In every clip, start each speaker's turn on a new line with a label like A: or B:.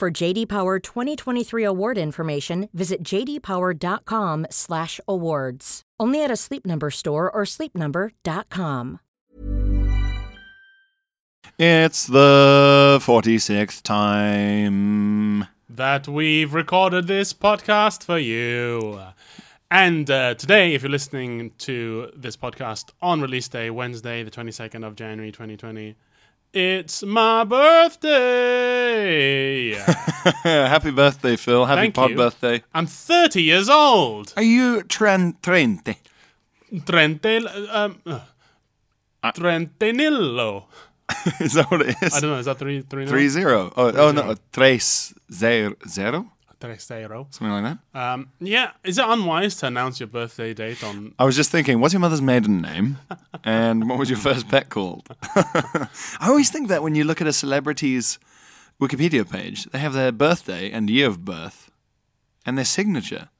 A: For JD Power 2023 award information, visit jdpower.com/awards. Only at a Sleep Number store or sleepnumber.com.
B: It's the 46th time.
C: that we've recorded this podcast for you. And uh, today, if you're listening to this podcast on release day, Wednesday, the 22nd of January 2020, it's my birthday.
B: Happy birthday, Phil. Happy
C: Thank
B: pod
C: you.
B: birthday.
C: I'm 30 years old.
B: Are you tren- trente?
C: Trente, um, uh, trentenillo.
B: Is that what it is?
C: I don't know, is that three, three,
B: Three
C: three?
B: zero. Oh, oh no, tres zero zero,
C: Tres zero.
B: something like that.
C: Um, yeah, is it unwise to announce your birthday date on
B: I was just thinking, what's your mother's maiden name, and what was your first pet called? I always think that when you look at a celebrity's Wikipedia page, they have their birthday and year of birth, and their signature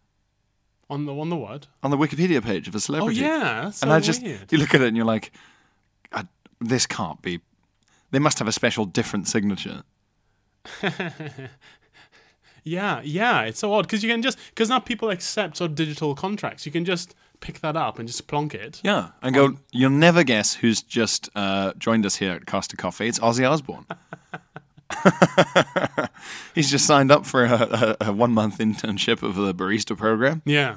C: on the on the what?
B: on the Wikipedia page of a
C: Oh
B: celebrity.
C: yeah, that's so
B: and I just
C: weird.
B: you look at it and you're like, I, this can't be. They must have a special different signature.
C: Yeah, yeah, it's so odd because you can just because now people accept sort of digital contracts. You can just pick that up and just plonk it.
B: Yeah, and go. You'll never guess who's just uh, joined us here at Costa Coffee. It's Ozzy Osbourne. He's just signed up for a, a, a one-month internship of the barista program.
C: Yeah.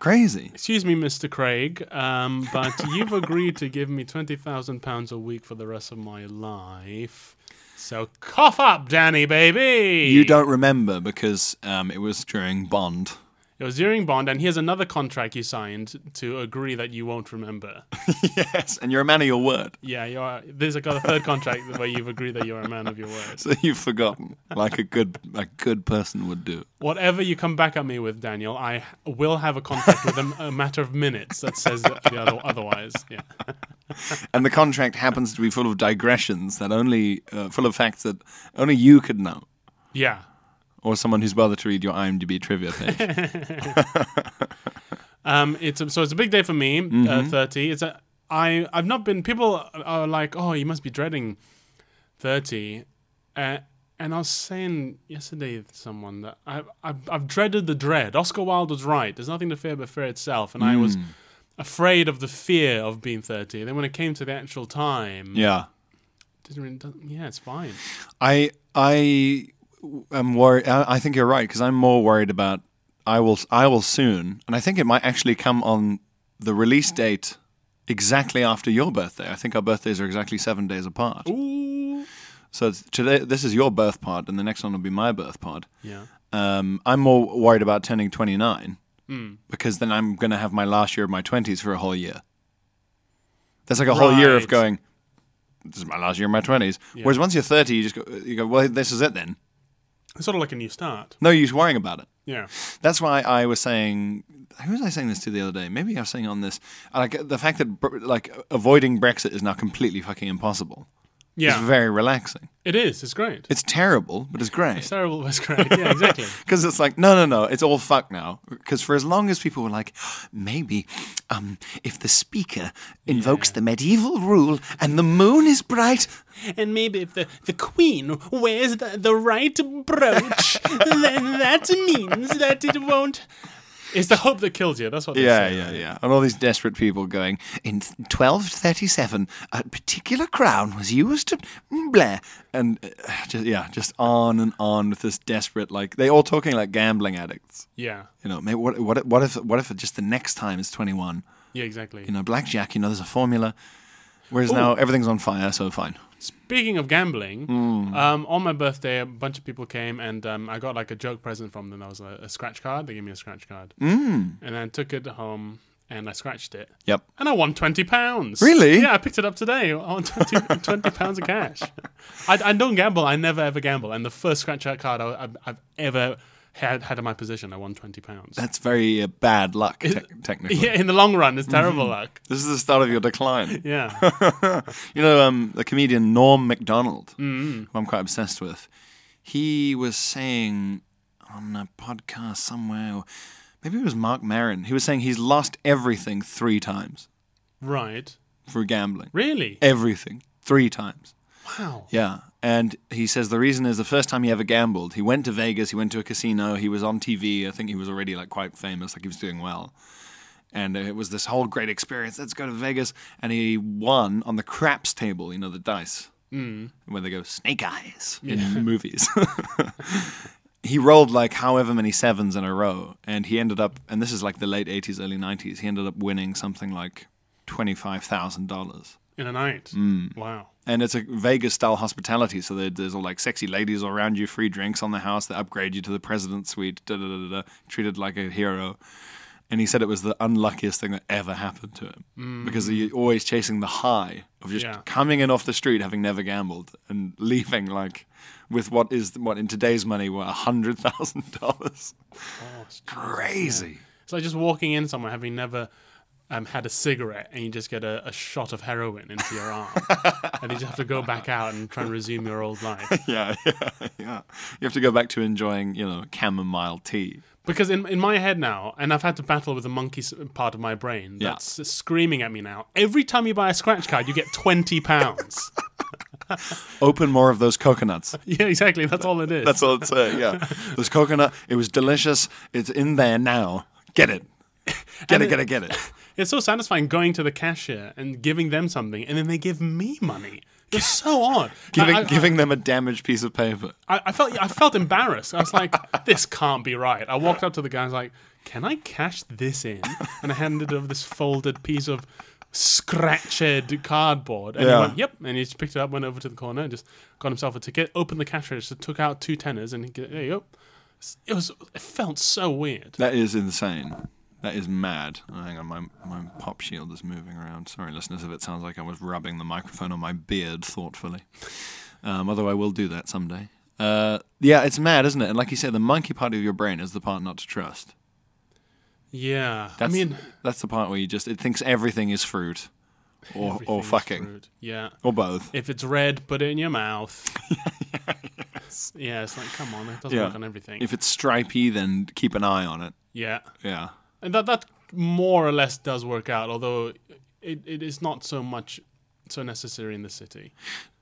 B: Crazy.
C: Excuse me, Mr. Craig, um, but you've agreed to give me twenty thousand pounds a week for the rest of my life. So cough up, Danny, baby.
B: You don't remember because um, it was during Bond.
C: It was during Bond, and here's another contract you signed to agree that you won't remember.
B: yes, and you're a man of your word,
C: yeah, you are. There's like a third contract where you've agreed that you're a man of your word.
B: so you've forgotten, like a good a good person would do.
C: Whatever you come back at me with, Daniel, I will have a contract with a, a matter of minutes that says that the other, otherwise. Yeah.
B: And the contract happens to be full of digressions that only uh, full of facts that only you could know,
C: yeah.
B: or someone who's bothered to read your IMDb trivia page.
C: Um, it's a, so it's a big day for me. Uh, Thirty. It's a. I I've not been. People are like, oh, you must be dreading thirty. Uh, and I was saying yesterday to someone that I, I've I've dreaded the dread. Oscar Wilde was right. There's nothing to fear but fear itself. And I was afraid of the fear of being thirty. And then when it came to the actual time,
B: yeah.
C: didn't really, doesn't- yeah, it's fine.
B: I I am worried. I I think you're right because I'm more worried about I will I will soon, and I think it might actually come on the release date exactly after your birthday. I think our birthdays are exactly seven days apart.
C: Ooh.
B: So it's, today this is your birth pod, and the next one will be my birth pod.
C: Yeah.
B: Um, I'm more worried about turning 29
C: Hmm.
B: because then I'm going to have my last year of my 20s for a whole year. That's like a whole year of
C: Right.
B: going. This is my last year of my 20s. Whereas once you're 30, you just go, you go. Well, this is it then.
C: It's sort of like a new start.
B: No use worrying about it.
C: Yeah.
B: That's why I was saying, who was I saying this to the other day? Maybe I was saying on this, like the fact that br- like avoiding Brexit is now completely fucking impossible.
C: Yeah.
B: It's very relaxing.
C: it is. It's great.
B: It's terrible, but it's
C: It's
B: great
C: terrible, but it's great. Yeah, exactly.
B: because it's like no, no, no, it's all fuck now. Because for as long as people were like, maybe um, if the speaker invokes the medieval rule and the moon is bright,
C: and maybe if the, the queen wears the, the right brooch, then that means that it won't. It's the hope that kills you. That's what they
B: Yeah,
C: say.
B: yeah, yeah. And all these desperate people going, in 1237, a particular crown was used to blah. And uh, just, yeah, just on and on with this desperate, like, they all talking like gambling addicts.
C: Yeah.
B: You know, maybe what, what, what if what if just the next time is 21?
C: Yeah, exactly.
B: You know, blackjack, you know, there's a formula. Whereas now everything's on fire, so fine.
C: Speaking of gambling, um, on my birthday, a bunch of people came and um, I Hmm. got like a joke present from them. That was a, a scratch card. They gave me a scratch card. Mm. And I took it home and I scratched it.
B: Yep.
C: And I won twenty pounds.
B: Really?
C: Yeah, I picked it up today. I won 20, 20 pounds of cash. I, I don't gamble. I never ever gamble. And the first scratch out card I, I've, I've ever had had in my position, I won twenty pounds.
B: That's very uh, bad luck, te- technically.
C: Yeah, in the long run, it's terrible luck.
B: This is the start of your decline.
C: Yeah.
B: you know, um, the comedian Norm MacDonald, who I'm quite obsessed with, he was saying on a podcast somewhere, maybe it was Mark Marin, he was saying he's lost everything three times
C: right.
B: through gambling.
C: Really?
B: Eh. Everything. Three times.
C: Wow.
B: Yeah. And he says the reason is the first time he ever gambled, he went to Vegas, he went to a casino, he was on TV. I think he was already like quite famous, like he was doing well. And it was this whole great experience. Let's go to Vegas. And he won on the craps table, you know, the dice, mm. where they go snake eyes in movies. he rolled like however many sevens in a row. And he ended up, and this is like the late 80s, early 90s, he ended up winning something like $25,000
C: In a night.
B: Mm.
C: Wow.
B: and it's a Vegas style hospitality. So there, there's all like sexy ladies all around you, free drinks on the house. They upgrade you to the president's suite. Da da da da. da, Treated like a hero. And he said it was the unluckiest thing that ever happened to him because you're always chasing the high of just
C: Mm. Yeah.
B: coming in off the street, having never gambled, and leaving like with what is what in today's money were hundred thousand dollars.
C: Oh, it's
B: Crazy.
C: It's like just walking in somewhere having never um, had a cigarette and you just get a, a shot of heroin into your arm. and you just have to go back out and try and resume your old life.
B: Yeah, yeah, yeah. You have to go back to enjoying, you know, chamomile tea.
C: Because in, in my head now, and I've had to battle with the monkey s- part of my brain
B: Yeah.
C: that's screaming at me now every time you buy a scratch card, you get 20 pounds.
B: Open more of those coconuts.
C: yeah, exactly. That's all it is.
B: That's all I'd say. Yeah, this coconut. It was delicious. It's in there now. Get it. Get it, get it, get it.
C: It's so satisfying going to the cashier and giving them something, and then they give me money. It's so odd.
B: Giving,
C: I, I-
B: giving them a damaged piece of paper.
C: I, I felt I felt embarrassed. I was like, "This can't be right." I walked up to the guy. I was like, "Can I cash this in?" And I handed over this folded piece of scratched cardboard. And
B: Yeah.
C: he went, "Yep." And he just picked it up, went over to the corner, and just got himself a ticket. Opened the cash register, took out two tenors, and he go, there you go. It was. It felt so weird.
B: That is insane. That is mad. Oh, hang on, my my pop shield is moving around. Sorry, listeners, if it sounds like I was rubbing the microphone on my beard thoughtfully. Um, although I will do that someday. Uh, yeah, it's mad, isn't it? And like you said, the monkey part of your brain is the part not to trust.
C: Yeah.
B: That's,
C: I mean,
B: that's the part where you just it thinks everything is fruit, or or
C: everything's
B: fucking,
C: rude. Yeah.
B: or both.
C: If it's red, put it in your mouth. Yeah, it's like, come on, it doesn't
B: Yeah.
C: work on everything.
B: If it's stripy, then keep an eye on it.
C: yeah.
B: Yeah.
C: And that that more or less does work out, although it, it is not so much so necessary in the city.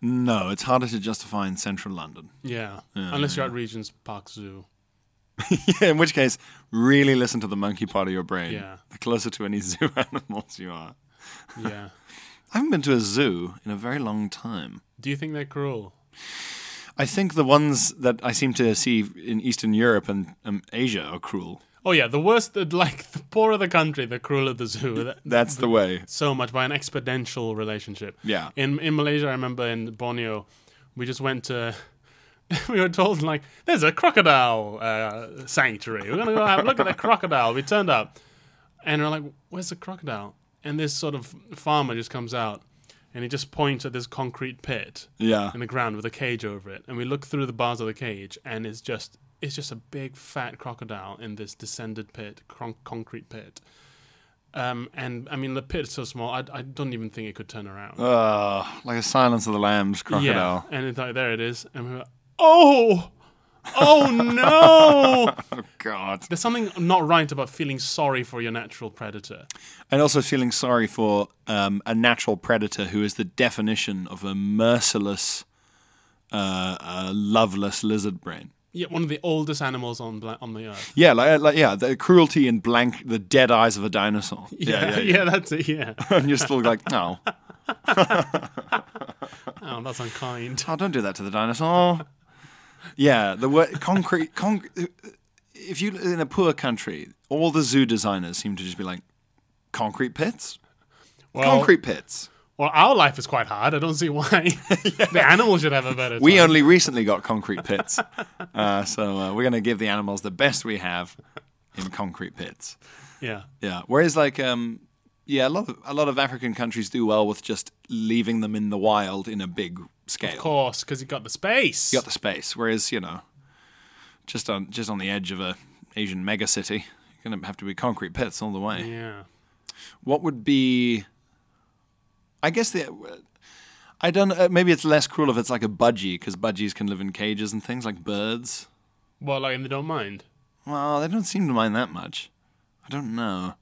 B: No, it's harder to justify in central London.
C: Yeah. Unless you're at Regent's Park Zoo.
B: yeah, in which case, really listen to the monkey part of your brain.
C: Yeah.
B: The closer to any zoo animals you are.
C: Yeah.
B: I haven't been to a zoo in a very long time.
C: Do you think they're cruel?
B: I think the ones that I seem to see in Eastern Europe and um, Asia are cruel.
C: Oh yeah, the worse the like the poorer the country, the crueler the zoo. That-
B: That's the way.
C: so much by an exponential relationship.
B: Yeah.
C: In in Malaysia, I remember in Borneo, we just went to. We were told like, "There's a crocodile uh, sanctuary. We're gonna go have a look at the crocodile." We turned up, and we're like, "Where's the crocodile?" And this sort of farmer just comes out, and he just points at this concrete pit
B: Yeah.
C: in the ground with a cage over it. And we look through the bars of the cage, and it's just it's just a big fat crocodile in this descended pit, cron- concrete pit. Um, and I mean, the pit is so small, I, I don't even think it could turn around.
B: Uh, like a Silence of the Lambs crocodile.
C: Yeah, and it's like there it is, and we were oh, oh no!
B: Oh, God.
C: There's something not right about feeling sorry for your natural predator.
B: And also feeling sorry for um, a natural predator who is the definition of a merciless, uh, uh, loveless lizard brain.
C: Yeah, one of the oldest animals on bla- on the earth.
B: Yeah, like, like yeah, the cruelty and blank, the dead eyes of a dinosaur.
C: yeah, that's it. Yeah,
B: and you're still like, no,
C: oh, that's unkind.
B: oh, don't do that to the dinosaur. Yeah, the word concrete. Con- if you live in a poor country, all the zoo designers seem to just be like, concrete pits,
C: Well-
B: concrete pits.
C: Well, our life is quite hard. I don't see why the animals should have a better.
B: We
C: time.
B: only recently got concrete pits, uh, so uh, we're going to give the animals the best we have in concrete pits.
C: Yeah.
B: Yeah. Whereas like um yeah, a lot of a lot of African countries do well with just leaving them in the wild in a big scale.
C: Of course, because you got the space.
B: You got the space. Whereas, you know, just on just on the edge of a Asian megacity, you're gonna have to be concrete pits all the way.
C: yeah.
B: What would be I guess the I don't uh, maybe it's less cruel if it's like a budgie because budgies can live in cages and things like birds.
C: Well, like, and they don't mind.
B: Well, they don't seem to mind that much. I don't know.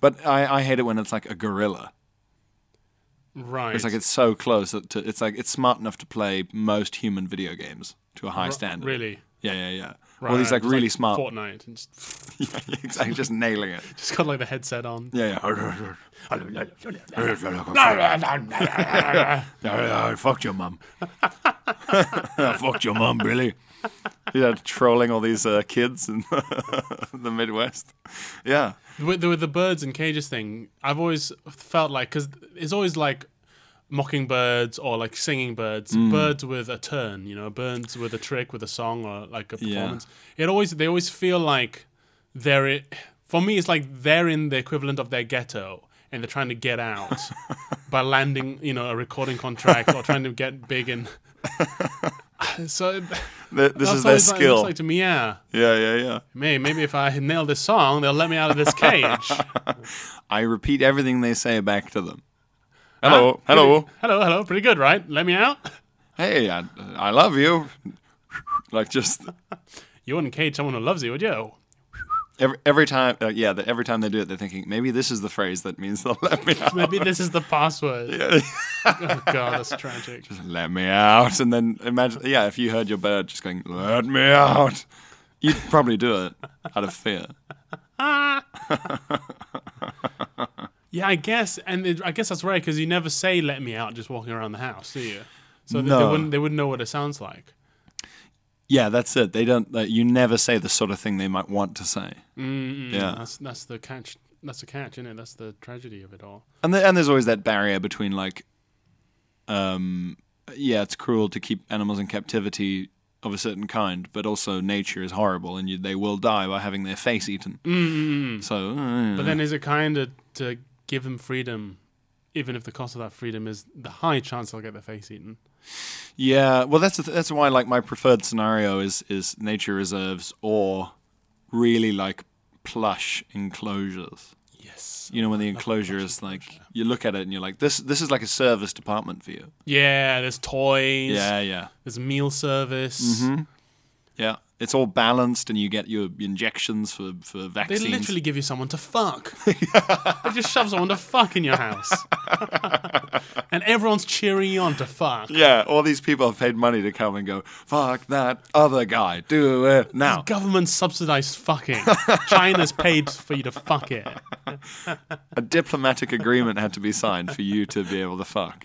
B: But I, I hate it when it's like a gorilla.
C: Right.
B: It's like it's so close that to, it's like it's smart enough to play most human video games to a high standard.
C: Really.
B: Yeah, yeah, yeah.
C: Right.
B: Well, he's like
C: It's
B: really smart.
C: Fortnite. And just,
B: yeah, yeah, exactly, just nailing it.
C: just got like the headset on.
B: Yeah, yeah. I fucked your mum. I fucked your mum, really. Yeah, trolling all these uh, kids in the Midwest. Yeah.
C: With the, with the birds and cages thing, I've always felt like because it's always like mocking birds or like singing birds,
B: Mm.
C: birds with a turn, you know, birds with a trick, with a song or like a
B: Yeah.
C: performance. It always they always feel like they're i for me it's like they're in the equivalent of their ghetto and they're trying to get out by landing, you know, a recording contract or trying to get big and so th-
B: Th- This
C: that's
B: is their
C: always like- it looks
B: skill.
C: like to me, yeah.
B: Yeah, yeah, yeah.
C: Maybe, maybe if I nail this song, they'll let me out of this cage.
B: I repeat everything they say back to them. Hello, hello.
C: Pretty- hello, hello. Pretty good, right? Let me out.
B: Hey, I, I love you. like just
C: You wouldn't cage someone who loves you, would you?
B: every, every time, uh, yeah. The, every time they do it, they're thinking maybe this is the phrase that means they'll let me out.
C: Maybe this is the password. oh god, that's tragic.
B: let me out, and then imagine, yeah, if you heard your bird just going, "Let me out," you'd probably do it out of fear.
C: Yeah, I guess, and it, I guess that's right because you never say "let me out" just walking around the house, do you? So th- they
B: No.
C: wouldn't they wouldn't know what it sounds like.
B: Yeah, that's it. They don't. Like, you never say the sort of thing they might want to say. Yeah,
C: That's that's the catch. That's the catch, isn't it? That's the tragedy of it all.
B: and the, and there's always that barrier between like, um, yeah, it's cruel to keep animals in captivity of a certain kind, but also nature is horrible, and you, they will die by having their face eaten. mm So, uh,
C: But then, is it kinder to give them freedom, even if the cost of that freedom is the high chance they'll get their face eaten?
B: Yeah, well, that's the th- that's why like my preferred scenario is is nature reserves or really like plush enclosures.
C: Yes.
B: You know, when the enclosure is like you look at it and you're like, this this is like a service department for you.
C: Yeah. There's toys.
B: Yeah, Mm-hmm. yeah,
C: There's meal service.
B: yeah. It's all balanced, and you get your injections for for
C: They
B: vaccines.
C: literally give you someone to fuck. they just shove someone to fuck in your house. and everyone's cheering you on to fuck.
B: yeah, all these people have paid money to come and go. Fuck that other guy. Do it now.
C: Government subsidized fucking. China's paid for you to fuck it.
B: A diplomatic agreement had to be signed for you to be able to fuck,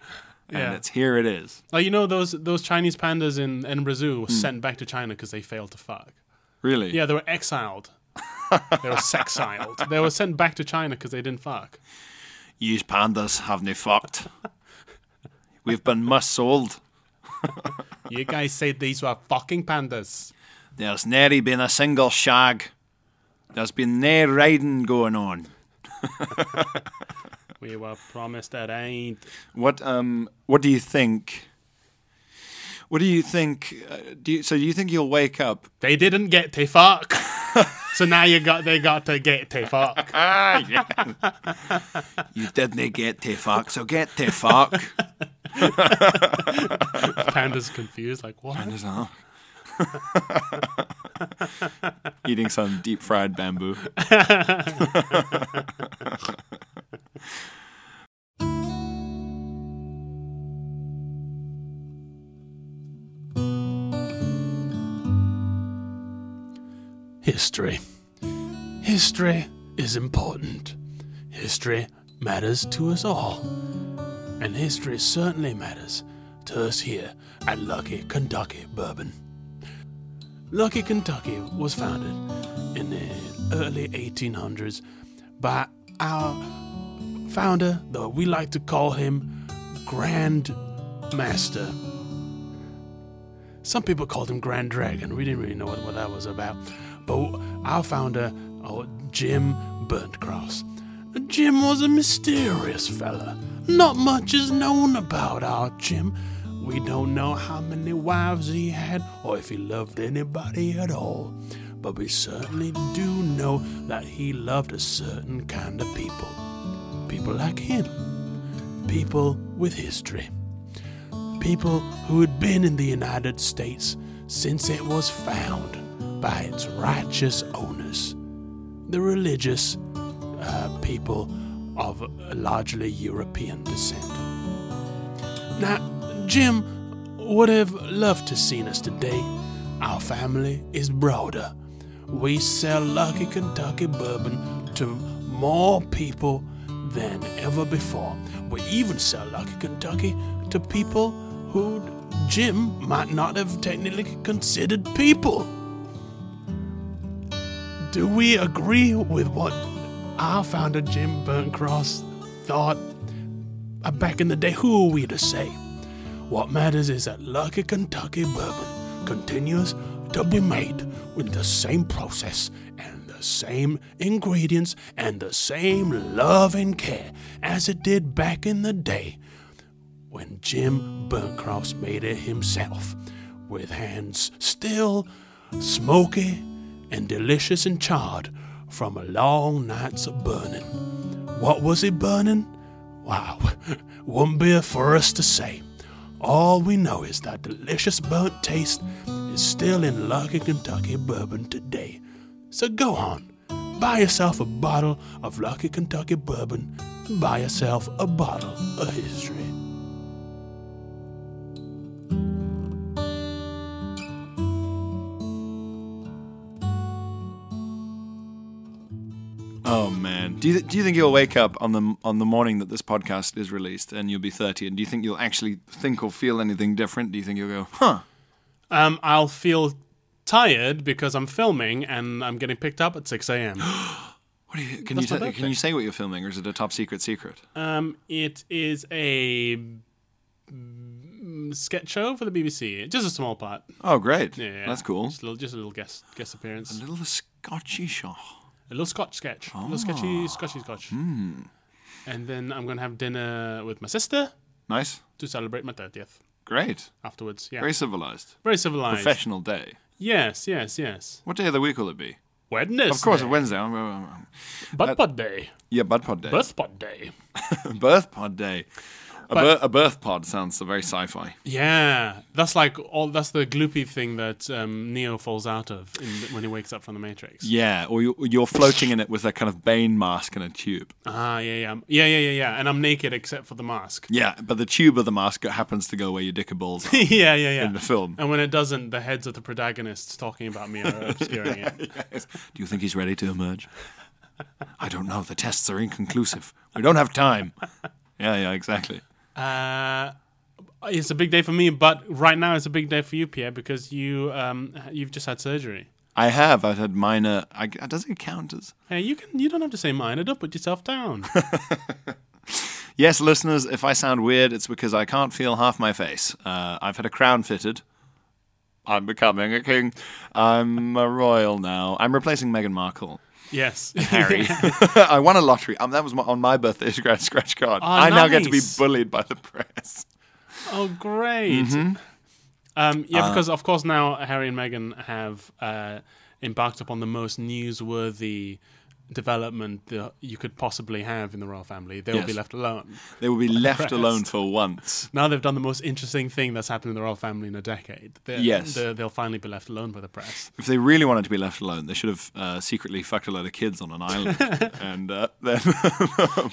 B: and
C: Yeah.
B: it's here. It is
C: Like you know those those Chinese pandas in Edinburgh Zoo were sent back to China because they failed to fuck.
B: really.
C: Yeah, they were exiled. they were sexiled. They were sent back to China because they didn't fuck.
B: Use pandas have no fucked. We've been mis-sold.
C: You guys said these were fucking pandas.
B: There's nary been a single shag. There's been nae riding going on.
C: We were promised it ain't.
B: What um? What do you think? What do you think? Uh, do you, so? Do you think you'll wake up?
C: they didn't get to fuck. so now you got they got to get to fuck.
B: Ah, yeah. you didn't get to fuck, so get to fuck.
C: Panda's confused, like what?
B: There's a- Eating some deep fried bamboo.
C: History. History is important. History matters to us all. And history certainly matters to us here at Lucky Kentucky Bourbon. Lucky Kentucky was founded in the early 1800s by our founder, though we like to call him Grand Master. Some people called him Grand Dragon. We didn't really know what, what that was about. But our founder,
D: or oh, Jim Burntcross. Jim was a mysterious fella. Not much is known about our Jim. We don't know how many wives he had or if he loved anybody at all. But we certainly do know that he loved a certain kind of people. People like him. People with history. People who had been in the United States since it was found by its righteous owners, the religious uh, people of largely European descent. Now, Jim would have loved to seen us today. Our family is broader. We sell Lucky Kentucky bourbon to more people than ever before. We even sell Lucky Kentucky to people who Jim might not have technically considered people. Do we agree with what our founder Jim Burntcross thought uh, back in the day? Who are we to say? What matters is that Lucky Kentucky bourbon continues to be made with the same process and the same ingredients and the same love and care as it did back in the day when Jim Burntcross made it himself, with hands still smoky and delicious and charred from a long night's of burning. What was he burning? Wow, wouldn't be for us to say. All we know is that delicious burnt taste is still in Lucky Kentucky bourbon today. So go on, buy yourself a bottle of Lucky Kentucky bourbon, buy yourself a bottle of history.
B: Oh man, do you do you think you'll wake up on the on the morning that this podcast is released and you'll be thirty? And do you think you'll actually think or feel anything different? Do you think you'll go, huh?
D: Um, I'll feel tired because I'm filming and I'm getting picked up at 6 a.m.
B: What do you, can
D: That's
B: you
D: my
B: say-
D: birthday.
B: can you say what you're filming, or is it a top secret secret?
D: um, it is a mm, sketch show for the BBC. Just a small part.
B: Oh great,
D: Yeah,
B: that's cool.
D: Just a little, just a little guest guest appearance.
B: A little Scotchy shot.
D: A little Scotch sketch. A little
B: Ah.
D: sketchy, Scotchy Scotch.
B: Hmm.
D: And then I'm gonna have dinner with my sister
B: Nice,
D: to celebrate my thirtieth.
B: great,
D: Afterwards, yeah,
B: very
D: very,
B: civilized,
D: civilized.
B: professional day.
D: Yes, yes, yes.
B: What day of the week will it be?
D: Wednesday,
B: Of course, a Wednesday. Um, um, um,
D: butt pod day,
B: Yeah, bud pod day.
D: birth pod day.
B: Birth pod day. A,
D: But-
B: bir- a birth pod sounds very sci-fi.
D: Yeah, that's like all. That's the gloopy thing that um, Neo falls out of in, when he wakes up from the Matrix.
B: Yeah, or you- you're floating in it with a kind of Bane mask and a tube.
D: Ah, yeah, yeah, yeah, yeah, yeah, yeah. And I'm naked except for the mask.
B: Yeah, but the tube of the mask happens to go where your dick and balls are
D: yeah, yeah, yeah.
B: in the film.
D: And when it doesn't, the heads of the protagonists talking about me are obscuring it.
B: Do you think he's ready to emerge? I don't know. The tests are inconclusive. We don't have time. Yeah, yeah, exactly.
D: Uh, it's a big day for me, but right now it's a big day for you, Pierre, because you um, you've just had surgery.
B: I have. I've had minor. I, does it count as?
D: Hey, you can you don't have to say mine. Don't put yourself down.
B: Yes, listeners. If I sound weird, it's because I can't feel half my face. Uh, I've had a crown fitted. I'm becoming a king. I'm a royal now. I'm replacing Meghan Markle.
D: yes,
B: Harry. I won a lottery. Um, that was my, on my birthday scratch, scratch card. I now get to be
D: Ah, nice.
B: bullied by the press.
D: Oh, great.
B: Mm-hmm.
D: Um, yeah,
B: Uh,
D: because of course now Harry and Meghan have uh, embarked upon the most newsworthy development that you could possibly have in the royal family. They will be
B: Yes.
D: left alone.
B: They will be left alone for once.
D: Now they've done the most interesting thing that's happened in the royal family in a decade. They're,
B: Yes.
D: They're, they'll finally be left alone by the press.
B: If they really wanted to be left alone, they should have uh, secretly fucked a load of kids on an island and uh, then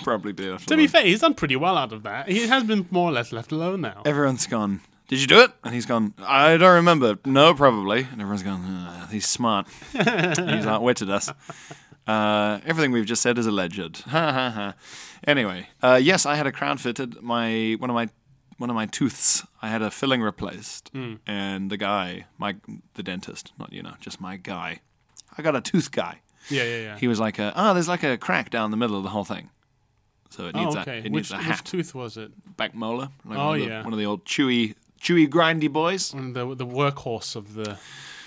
B: probably be left
D: To
B: alone.
D: be fair, he's done pretty well out of that. He has been more or less left alone now.
B: Everyone's gone. Did you do it? And he's gone. I don't remember. No, probably. And everyone's gone. "Ugh, He's smart. he's outwitted us. Uh, everything we've just said is alleged. Ha ha ha. Anyway, uh, yes, I had a crown fitted. My one of my one of my tooths. I had a filling replaced,
D: Hmm.
B: and the guy, my the dentist, not you know, just my guy. I got a tooth guy.
D: Yeah, yeah, yeah.
B: He was like, uh, oh, there's like a crack down the middle of the whole thing, so it
D: oh,
B: needs a
D: okay.
B: it
D: which,
B: needs a
D: which
B: hat
D: tooth was it?
B: back molar. Like
D: Oh,
B: one of the,
D: yeah.
C: Mm.
B: One of the old chewy, chewy, grindy boys.
D: One of the, the workhorse of the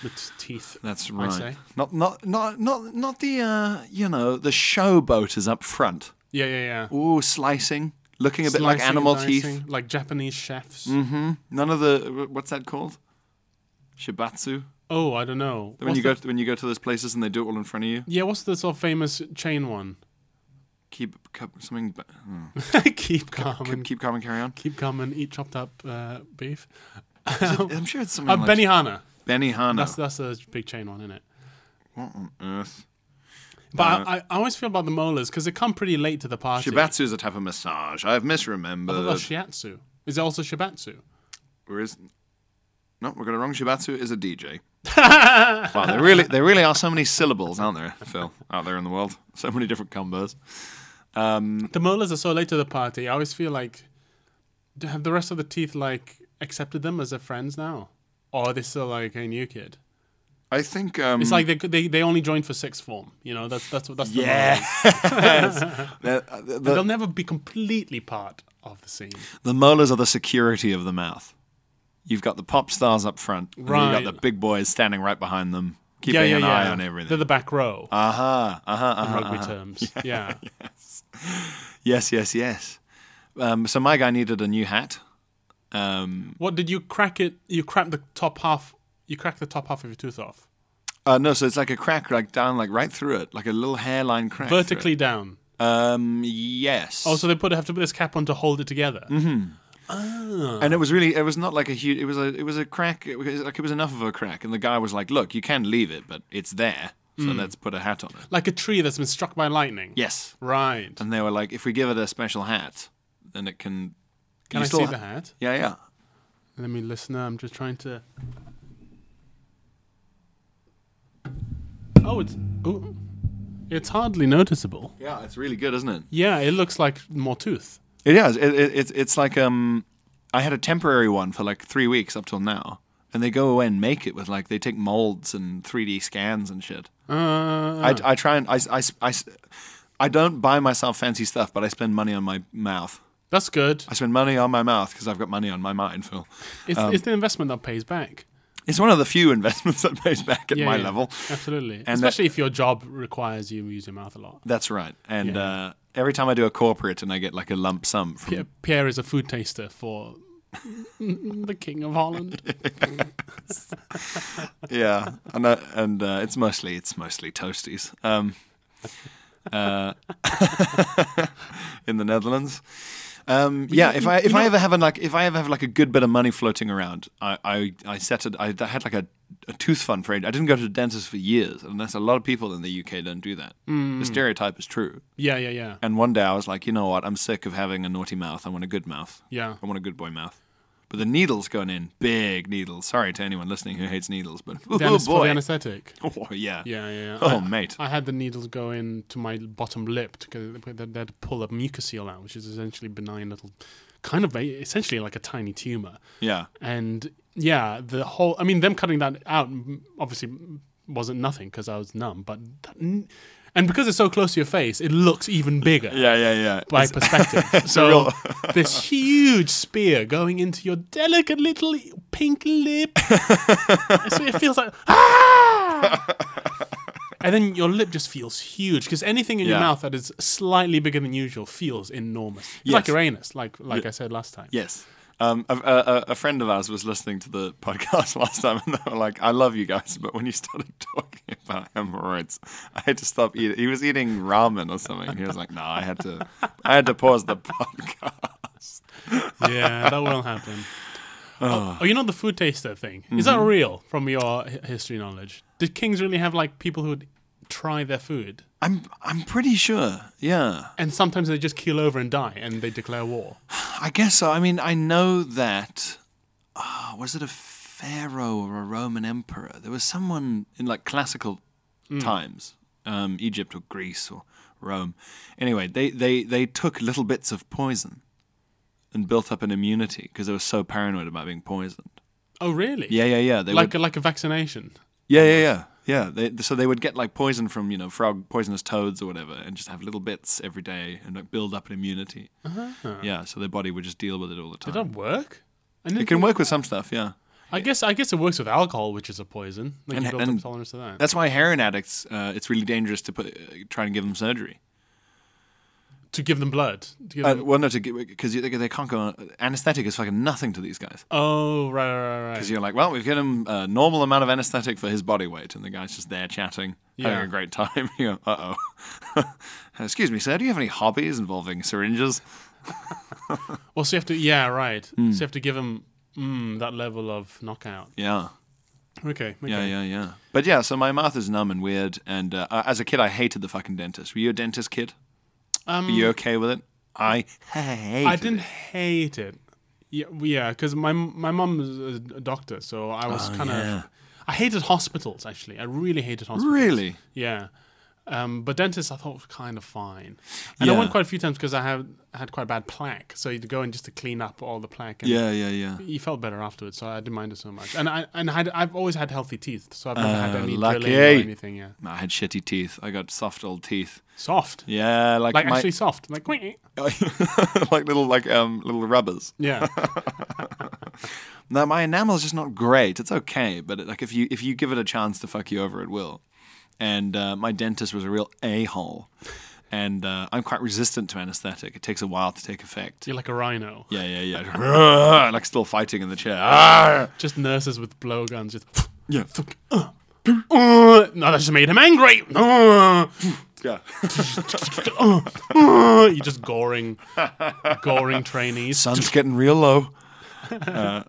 C: The t- teeth.
B: That's
C: I
B: right.
C: say.
B: Not not not not not the uh, you know the showboaters up front.
C: Yeah, yeah, yeah.
B: Ooh, slicing, looking a bit like
C: Slicing,
B: animal
C: dicing,
B: teeth. Mm.
C: like Japanese chefs.
B: None of the what's that called? Shibatsu.
C: Oh, I don't know.
B: When
C: What's
B: you
C: the-
B: go to, when you go to those places and they do it all in front of you.
C: yeah, what's the sort of famous chain one?
B: Keep cup- something. but- hmm.
C: keep calm and
B: Keep, keep calm and carry on.
C: keep calm and eat chopped up uh, beef.
B: I'm sure it's something
C: Uh,
B: like
C: Benihana.
B: Benihana.
C: That's that's a big chain one, isn't it?
B: What on earth?
C: But I, I I always feel about the molars because they come pretty late to the party.
B: Shibatsu is a type of massage. I've
C: I thought that was
B: misremembered.
C: shiatsu. Is it also shibatsu?
B: Where is? No, we got it wrong. Shibatsu is a DJ. wow, there really, there really are so many syllables, aren't there, Phil, out there in the world? So many different combos. Mm.
C: The molars are so late to the party. I always feel like d- have the rest of the teeth like accepted them as their friends now, or are they still like a new kid?
B: I think um,
C: It's like they, they they only joined for sixth form. You know, that's that's that's the
B: yeah.
C: molars.
B: the, uh, the,
C: They'll
B: the,
C: never be completely part of the scene.
B: the molars are the security of the mouth. You've got the pop stars up front, and then you've got
C: Right.
B: the big boys standing right behind them, keeping
C: Yeah, yeah,
B: an
C: yeah.
B: eye on
C: They're
B: everything. Uh-huh,
C: the back row
B: Aha, aha,
C: in
B: aha.
C: rugby terms. Yeah.
B: Yes, yes, yes. Um, so my guy needed a new hat. Um,
C: What did you crack it? You cracked the top half. You cracked the top half of your tooth off
B: Uh, no, so it's like a crack, like down, like right through it, like a little hairline crack. through it.
C: vertically down.
B: Um, yes.
C: Oh, so they put have to put this cap on to hold it together.
B: Mm-hmm. and it was really, it was not like a huge. It was a, it was a crack. It was like it was enough of a crack, and the guy was like, "Look, you can leave it, but it's there, so
C: Hmm.
B: let's put a hat on it."
C: Like a tree that's been struck by lightning.
B: Yes.
C: Right.
B: And they were like, "If we give it a special hat, then it can."
C: Can
B: you
C: I
B: still
C: see
B: ha-
C: the hat?
B: Yeah, yeah.
C: Let me listener. I'm just trying to. Oh, it's ooh, it's hardly noticeable.
B: Yeah, it's really good, isn't it?
C: Yeah, it looks like more tooth.
B: It is. It, it, it's it's like um, I had a temporary one for like three weeks up till now, and they go away and make it with like they take molds and three D scans and shit.
C: Uh,
B: I, I try and I, I, I, I don't buy myself fancy stuff, but I spend money on my mouth.
C: that's good.
B: I spend money on my mouth because I've got money on my mind, Phil.
C: It's,
B: Um,
C: it's the investment that pays back.
B: It's one of the few investments that pays back at
C: Yeah,
B: my
C: yeah,
B: level.
C: Absolutely.
B: that-
C: Especially if your job requires you use your mouth a lot.
B: That's right. And uh, every time I do a corporate and I get like a lump sum from
C: Pierre, Pierre is a food taster for the King of Holland.
B: yeah, and uh, and uh, it's mostly it's mostly toasties. Um, uh, in the Netherlands, um, yeah. If I if I ever have a, like if I ever have like a good bit of money floating around, I I, I set it. I had like a, a tooth fund for it. I didn't go to the dentist for years, and that's a lot of people in the UK don't do that. The stereotype is true.
C: Yeah, yeah, yeah.
B: And one day I was like, you know what? I'm sick of having a naughty mouth. I want a good mouth.
C: Yeah.
B: I want a good boy mouth. But the needles going in, big needles. Sorry to anyone listening who hates needles, but oh
C: Dennis for the
B: boy,
C: anesthetic.
B: oh yeah,
C: Yeah, yeah, yeah.
B: Oh
C: I,
B: mate,
C: I had the needles go in to my bottom lip because they they had to pull a mucosal out, which is essentially benign little, kind of a- essentially like a tiny tumor.
B: yeah,
C: And yeah, the whole. I mean, them cutting that out mm, obviously mm, wasn't nothing because I was numb, but that, n- and because it's so close to your face, it looks even bigger.
B: yeah, yeah, yeah.
C: by
B: It's-
C: perspective. so this huge spear going into your delicate little pink lip. so it feels like ah. And then your lip just feels huge because anything in your
B: Yeah.
C: mouth that is slightly bigger than usual feels enormous. It's like
B: Yes.
C: your anus, like like I said last time.
B: yes. Um, a, a, a- a friend of ours was listening to the podcast last time, and they were like, "I love you guys," but when you started talking about hemorrhoids, I had to stop eating. He was eating ramen or something. and He was like, "No, I had to, I had to pause the podcast."
C: yeah, that will happen. Oh. oh, you know the food taster thing? Is
B: Mm-hmm.
C: that real from your hi- history knowledge? Did kings really have like people who would try their food?
B: I'm, I'm pretty sure. Yeah.
C: And sometimes they just keel over and die and they declare war.
B: I guess so. I mean, I know that. ah, was it a pharaoh or a Roman emperor? There was someone in like classical
C: Mm.
B: times, um, Egypt or Greece or Rome. Anyway, they, they, they took little bits of poison and built up an immunity because they were so paranoid about being poisoned.
C: Oh, really?
B: Yeah, yeah, yeah. They
C: Like
B: would,
C: a, like a vaccination.
B: yeah, yeah, yeah. Yeah, they, so they would get like poison from you know frog poisonous toads or whatever, and just have little bits every day and like build up an immunity.
C: Uh-huh.
B: Yeah, so their body would just deal with it all the time.
C: Did that work? I didn't
B: It can
C: think-
B: work with some stuff, yeah.
C: I guess I guess it works with alcohol, which is a poison. Like
B: And-
C: you build
B: and
C: up tolerance to that.
B: That's why heroin addicts, uh, it's really dangerous to put, uh, try and give them surgery.
C: To give them blood. To give
B: Uh,
C: them,
B: well, no, because they, they can't go on. Anesthetic is fucking nothing to these guys.
C: oh right right right.
B: Because
C: right.
B: you're like, well, we've given him a normal amount of anesthetic for his body weight, and the guy's just there chatting,
C: Yeah.
B: having a great time. You go, uh oh. Excuse me, sir, do you have any hobbies involving syringes?
C: Well, so you have to yeah right.
B: Hmm.
C: So you have to give them mm, that level of knockout.
B: Yeah.
C: Okay. okay.
B: Yeah, yeah, yeah. But yeah, so my mouth is numb and weird. And uh, uh, as a kid, I hated the fucking dentist. Were you a dentist kid? Were you okay with it? I hate.
C: Um, I didn't hate it. Yeah, well, yeah, because my my mum is a a doctor, so I was kind
B: Oh, yeah.
C: of. I hated hospitals actually. I really hated hospitals.
B: Really?
C: Yeah. Um, but dentists, I thought was kind of fine, and I
B: Yeah.
C: went quite a few times because I had had quite bad plaque. So you'd go in just to clean up all the plaque. And
B: Yeah, yeah, yeah.
C: You felt better afterwards, so I didn't mind it so much. And I and I had, I've always had healthy teeth, so I've never had
B: Uh,
C: any
B: lucky.
C: drilling or anything. Yeah,
B: I had shitty teeth. I got soft old teeth.
C: soft,
B: Yeah, like
C: like
B: my,
C: actually soft, like "Wee."
B: like little like um little rubbers.
C: yeah.
B: No, my enamel's just not great. It's okay, but like if you if you give it a chance to fuck you over, it will. And uh, my dentist was a real a hole, and uh, I'm quite resistant to anesthetic. It takes a while to take effect.
C: You're like a rhino.
B: Yeah, yeah, yeah. like still fighting in the chair. Ah!
C: Just nurses with blowguns, just.
B: Yeah,
C: Uh, no, that just made him angry. Uh,
B: yeah.
C: uh, you're just goring, goring trainees.
B: Sun's getting real low, uh,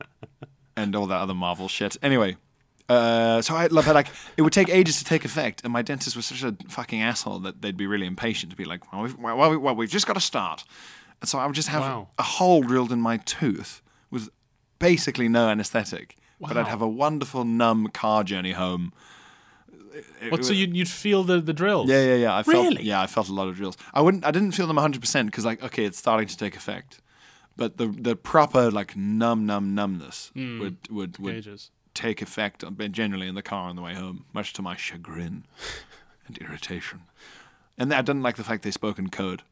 B: and all that other Marvel shit. Anyway, uh, so I love that. Like, it would take ages to take effect, and my dentist was such a fucking asshole that they'd be really impatient to be like, "Well, we've, well, well, we- well, we've just got to start." And so I would just have
C: Wow.
B: a hole drilled in my tooth with basically no anesthetic, but I'd
C: Wow.
B: have a wonderful numb car journey home.
C: What? So you'd, you'd feel the the drills?
B: Yeah, yeah, yeah. I felt,
C: Really?
B: Yeah, I felt a lot of drills. I wouldn't. I didn't feel them 100 percent because like, okay, it's starting to take effect, but the the proper like numb, numb, numbness
C: Hmm.
B: would would would
C: Ages.
B: take effect on, generally in the car on the way home, much to my chagrin and irritation. And I didn't like the fact they spoke in code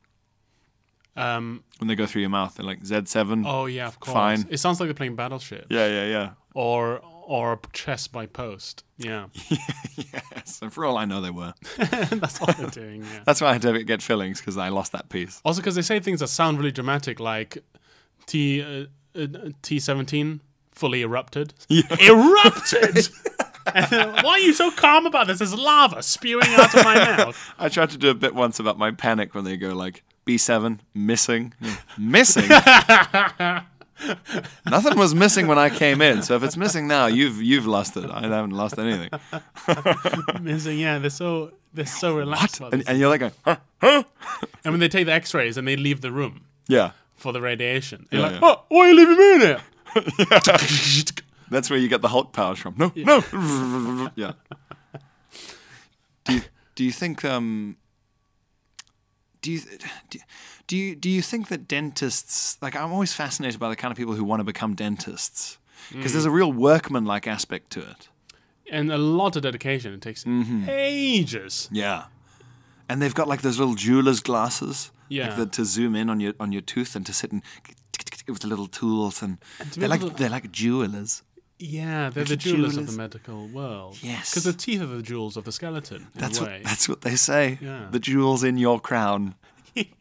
C: Um.
B: when they go through your mouth. They're like Z7.
C: Oh yeah, of course.
B: Fine.
C: It sounds like they're playing Battleship
B: Yeah, yeah, yeah.
C: or or Chess by Post. Yeah,
B: Yes. And for all I know, they were.
C: that's what they're doing. Yeah.
B: That's why I had to get fillings because I lost that piece.
C: Also, because they say things that sound really dramatic, like T uh, uh, T seventeen fully erupted. Erupted. And then, Why are you so calm about this? There's lava spewing out of my mouth.
B: I tried to do a bit once about my panic when they go like B7 missing, missing. Nothing was missing when I came in, so if it's missing now, you've you've lost it. I haven't lost anything.
C: Amazing. Yeah, they're so they're so relaxed. About
B: And,
C: this.
B: and you're like, going, huh?
C: And when they take the X-rays and they leave the room
B: yeah,
C: for the radiation, they're
B: Yeah,
C: like,
B: yeah.
C: "Oh, why are you leaving me in here?"
B: that's where you get the Hulk powers from. No, no, yeah. Do you, do you think um do you do, do you do you think that dentists like I'm always fascinated by the kind of people who want to become dentists because there's a
C: Mm.
B: real workman-like aspect to it.
C: And a lot of dedication. It takes
B: Mm-hmm.
C: ages.
B: Yeah. And they've got like those little jeweler's glasses.
C: Yeah.
B: Like the, to zoom in on your on your tooth and to sit and with the little tools and,
C: to be
B: they're like
C: able to-
B: they're like jewelers.
C: Yeah, they're the
B: Little
C: jewelers, of
B: jewelers.
C: the medical world.
B: Yes.
C: because the teeth are the jewels of the skeleton. In
B: That's
C: a way.
B: what that's what they say.
C: Yeah.
B: The jewels in your crown.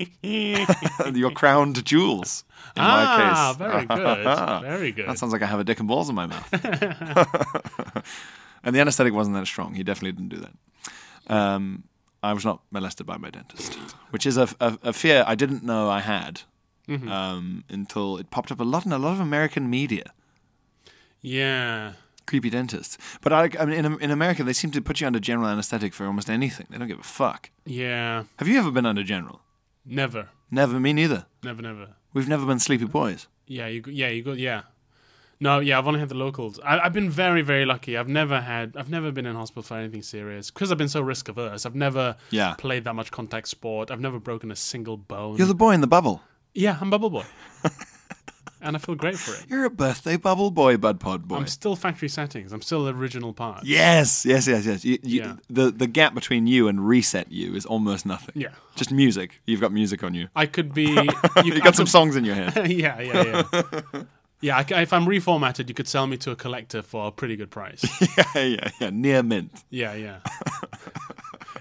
B: your crowned jewels. In
C: ah,
B: my case.
C: very good, very good.
B: That sounds like I have a dick and balls in my mouth. and the anesthetic wasn't that strong. He definitely didn't do that. Um, I was not molested by my dentist, which is a, a, a fear I didn't know I had
C: Mm-hmm.
B: um, until it popped up a lot in a lot of American media.
C: yeah,
B: Creepy dentists. But I, I mean, in, in America, they seem to put you under general anesthetic for almost anything. They don't give a fuck.
C: yeah,
B: Have you ever been under general?
C: never,
B: Never, me neither.
C: never, never.
B: We've never been sleepy boys.
C: Yeah, you, go- yeah, you go, yeah. No, yeah, I've only had the locals. I, I've been very, very lucky. I've never had, I've never been in hospital for anything serious because I've been so risk averse. I've never
B: Yeah.
C: played that much contact sport. I've never broken a single bone.
B: You're the boy in the bubble.
C: yeah, I'm bubble boy, and I feel great for it.
B: You're a birthday bubble boy, bud pod boy.
C: I'm still factory settings. I'm still the original part.
B: Yes, yes, yes, yes. You, you,
C: Yeah.
B: The the gap between you and reset you is almost nothing.
C: Yeah.
B: just music. You've got music on you.
C: I could be. You,
B: You got some songs in your head.
C: yeah, yeah, yeah. Yeah, I c if I'm reformatted, you could sell me to a collector for a pretty good price.
B: yeah, yeah, yeah. Near mint.
C: yeah, yeah,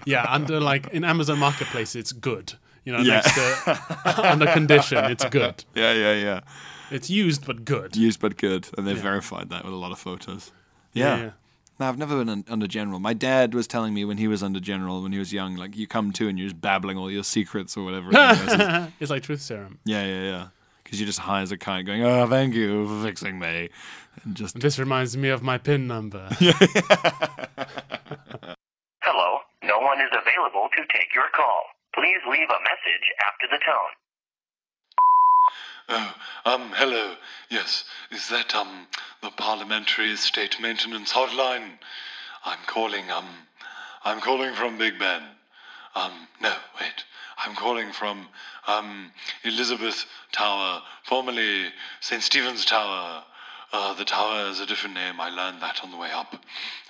C: yeah. Under like in Amazon Marketplace, it's good. You know,
B: Yeah.
C: next to under condition, it's good.
B: Yeah, yeah, yeah.
C: It's used but good.
B: Used but good, and they've verified that with a lot of photos. Yeah.
C: Yeah, yeah.
B: No, I've never been un- under general. My dad was telling me when he was under general, when he was young, like you come to and you're just babbling all your secrets or whatever. it was.
C: it's like truth serum.
B: yeah, yeah, yeah. Because you're just high as a kite, going, "Oh, thank you for fixing me," and just
C: This reminds me of my pin number.
E: Hello, no one is available to take your call. Please leave a message after the tone.
F: Oh, um, hello. Yes, is that, um, the Parliamentary Estate Maintenance Hotline? I'm calling, um, I'm calling from Big Ben. Um, no, wait. I'm calling from, um, Elizabeth Tower, formerly St. Stephen's Tower. Uh, the tower is a different name. I learned that on the way up,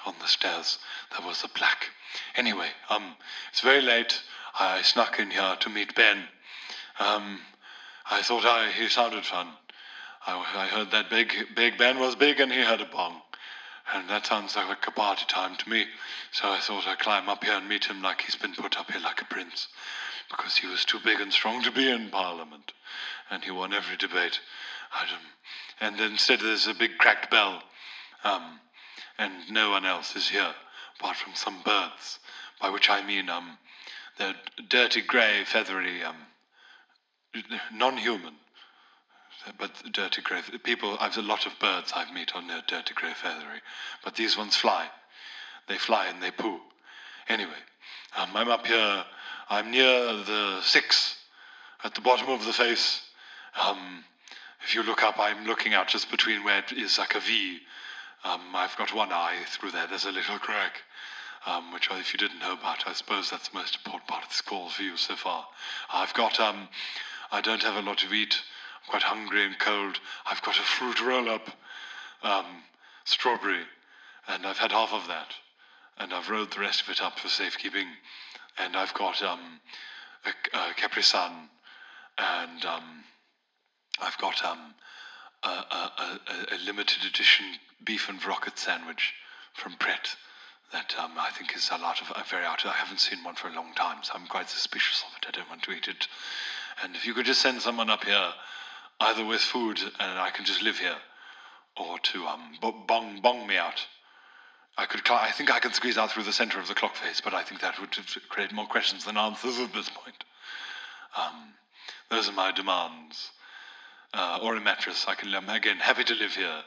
F: on the stairs. There was a plaque. Anyway, um, it's very late. I snuck in here to meet Ben. Um, I thought I, he sounded fun. I, I heard that Big, Big Ben was big and he had a bong. And that sounds like a party time to me. So I thought I'd climb up here and meet him like he's been put up here like a prince. Because he was too big and strong to be in Parliament. And he won every debate. I don't, and instead there's a big cracked bell. Um, and no one else is here, apart from some birds. By which I mean, um, they're dirty, grey, feathery, um, non-human, but dirty grey. People, I've a lot of birds I've met on their dirty grey feathery, but these ones fly. They fly and they poo. Anyway, um, I'm up here. I'm near the six, at the bottom of the face. Um, if you look up, I'm looking out just between where it is like a V. Um, I've got one eye through there. There's a little crack um, which I, if you didn't know about, I suppose that's the most important part of this call for you so far. I've got, um, I don't have a lot to eat. I'm quite hungry and cold. I've got a fruit roll-up, um, strawberry, and I've had half of that, and I've rolled the rest of it up for safekeeping, and I've got um, a, a Capri Sun, and um, I've got um, a, a, a- a, a limited edition beef and rocket sandwich from Pret that um, I think is a lot of uh, very out. I haven't seen one for a long time, so I'm quite suspicious of it. I don't want to eat it. And if you could just send someone up here, either with food and I can just live here, or to um, bo- bong bong me out. I could. Cl- I think I can squeeze out through the center of the clock face, but I think that would create more questions than answers at this point. Um, those are my demands uh, or a mattress. I can I'm again happy to live here,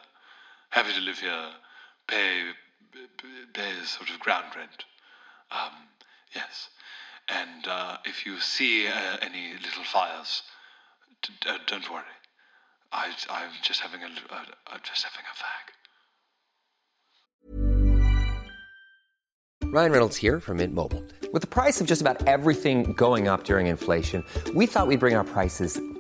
F: happy to live here, pay pay a sort of ground rent. Um, yes, and uh, if you see uh, any little fires, d- d- uh, don't worry. I I'm just having a l- uh, I'm just having a fag.
G: Ryan Reynolds here from Mint Mobile. With the price of just about everything going up during inflation, we thought we'd bring our prices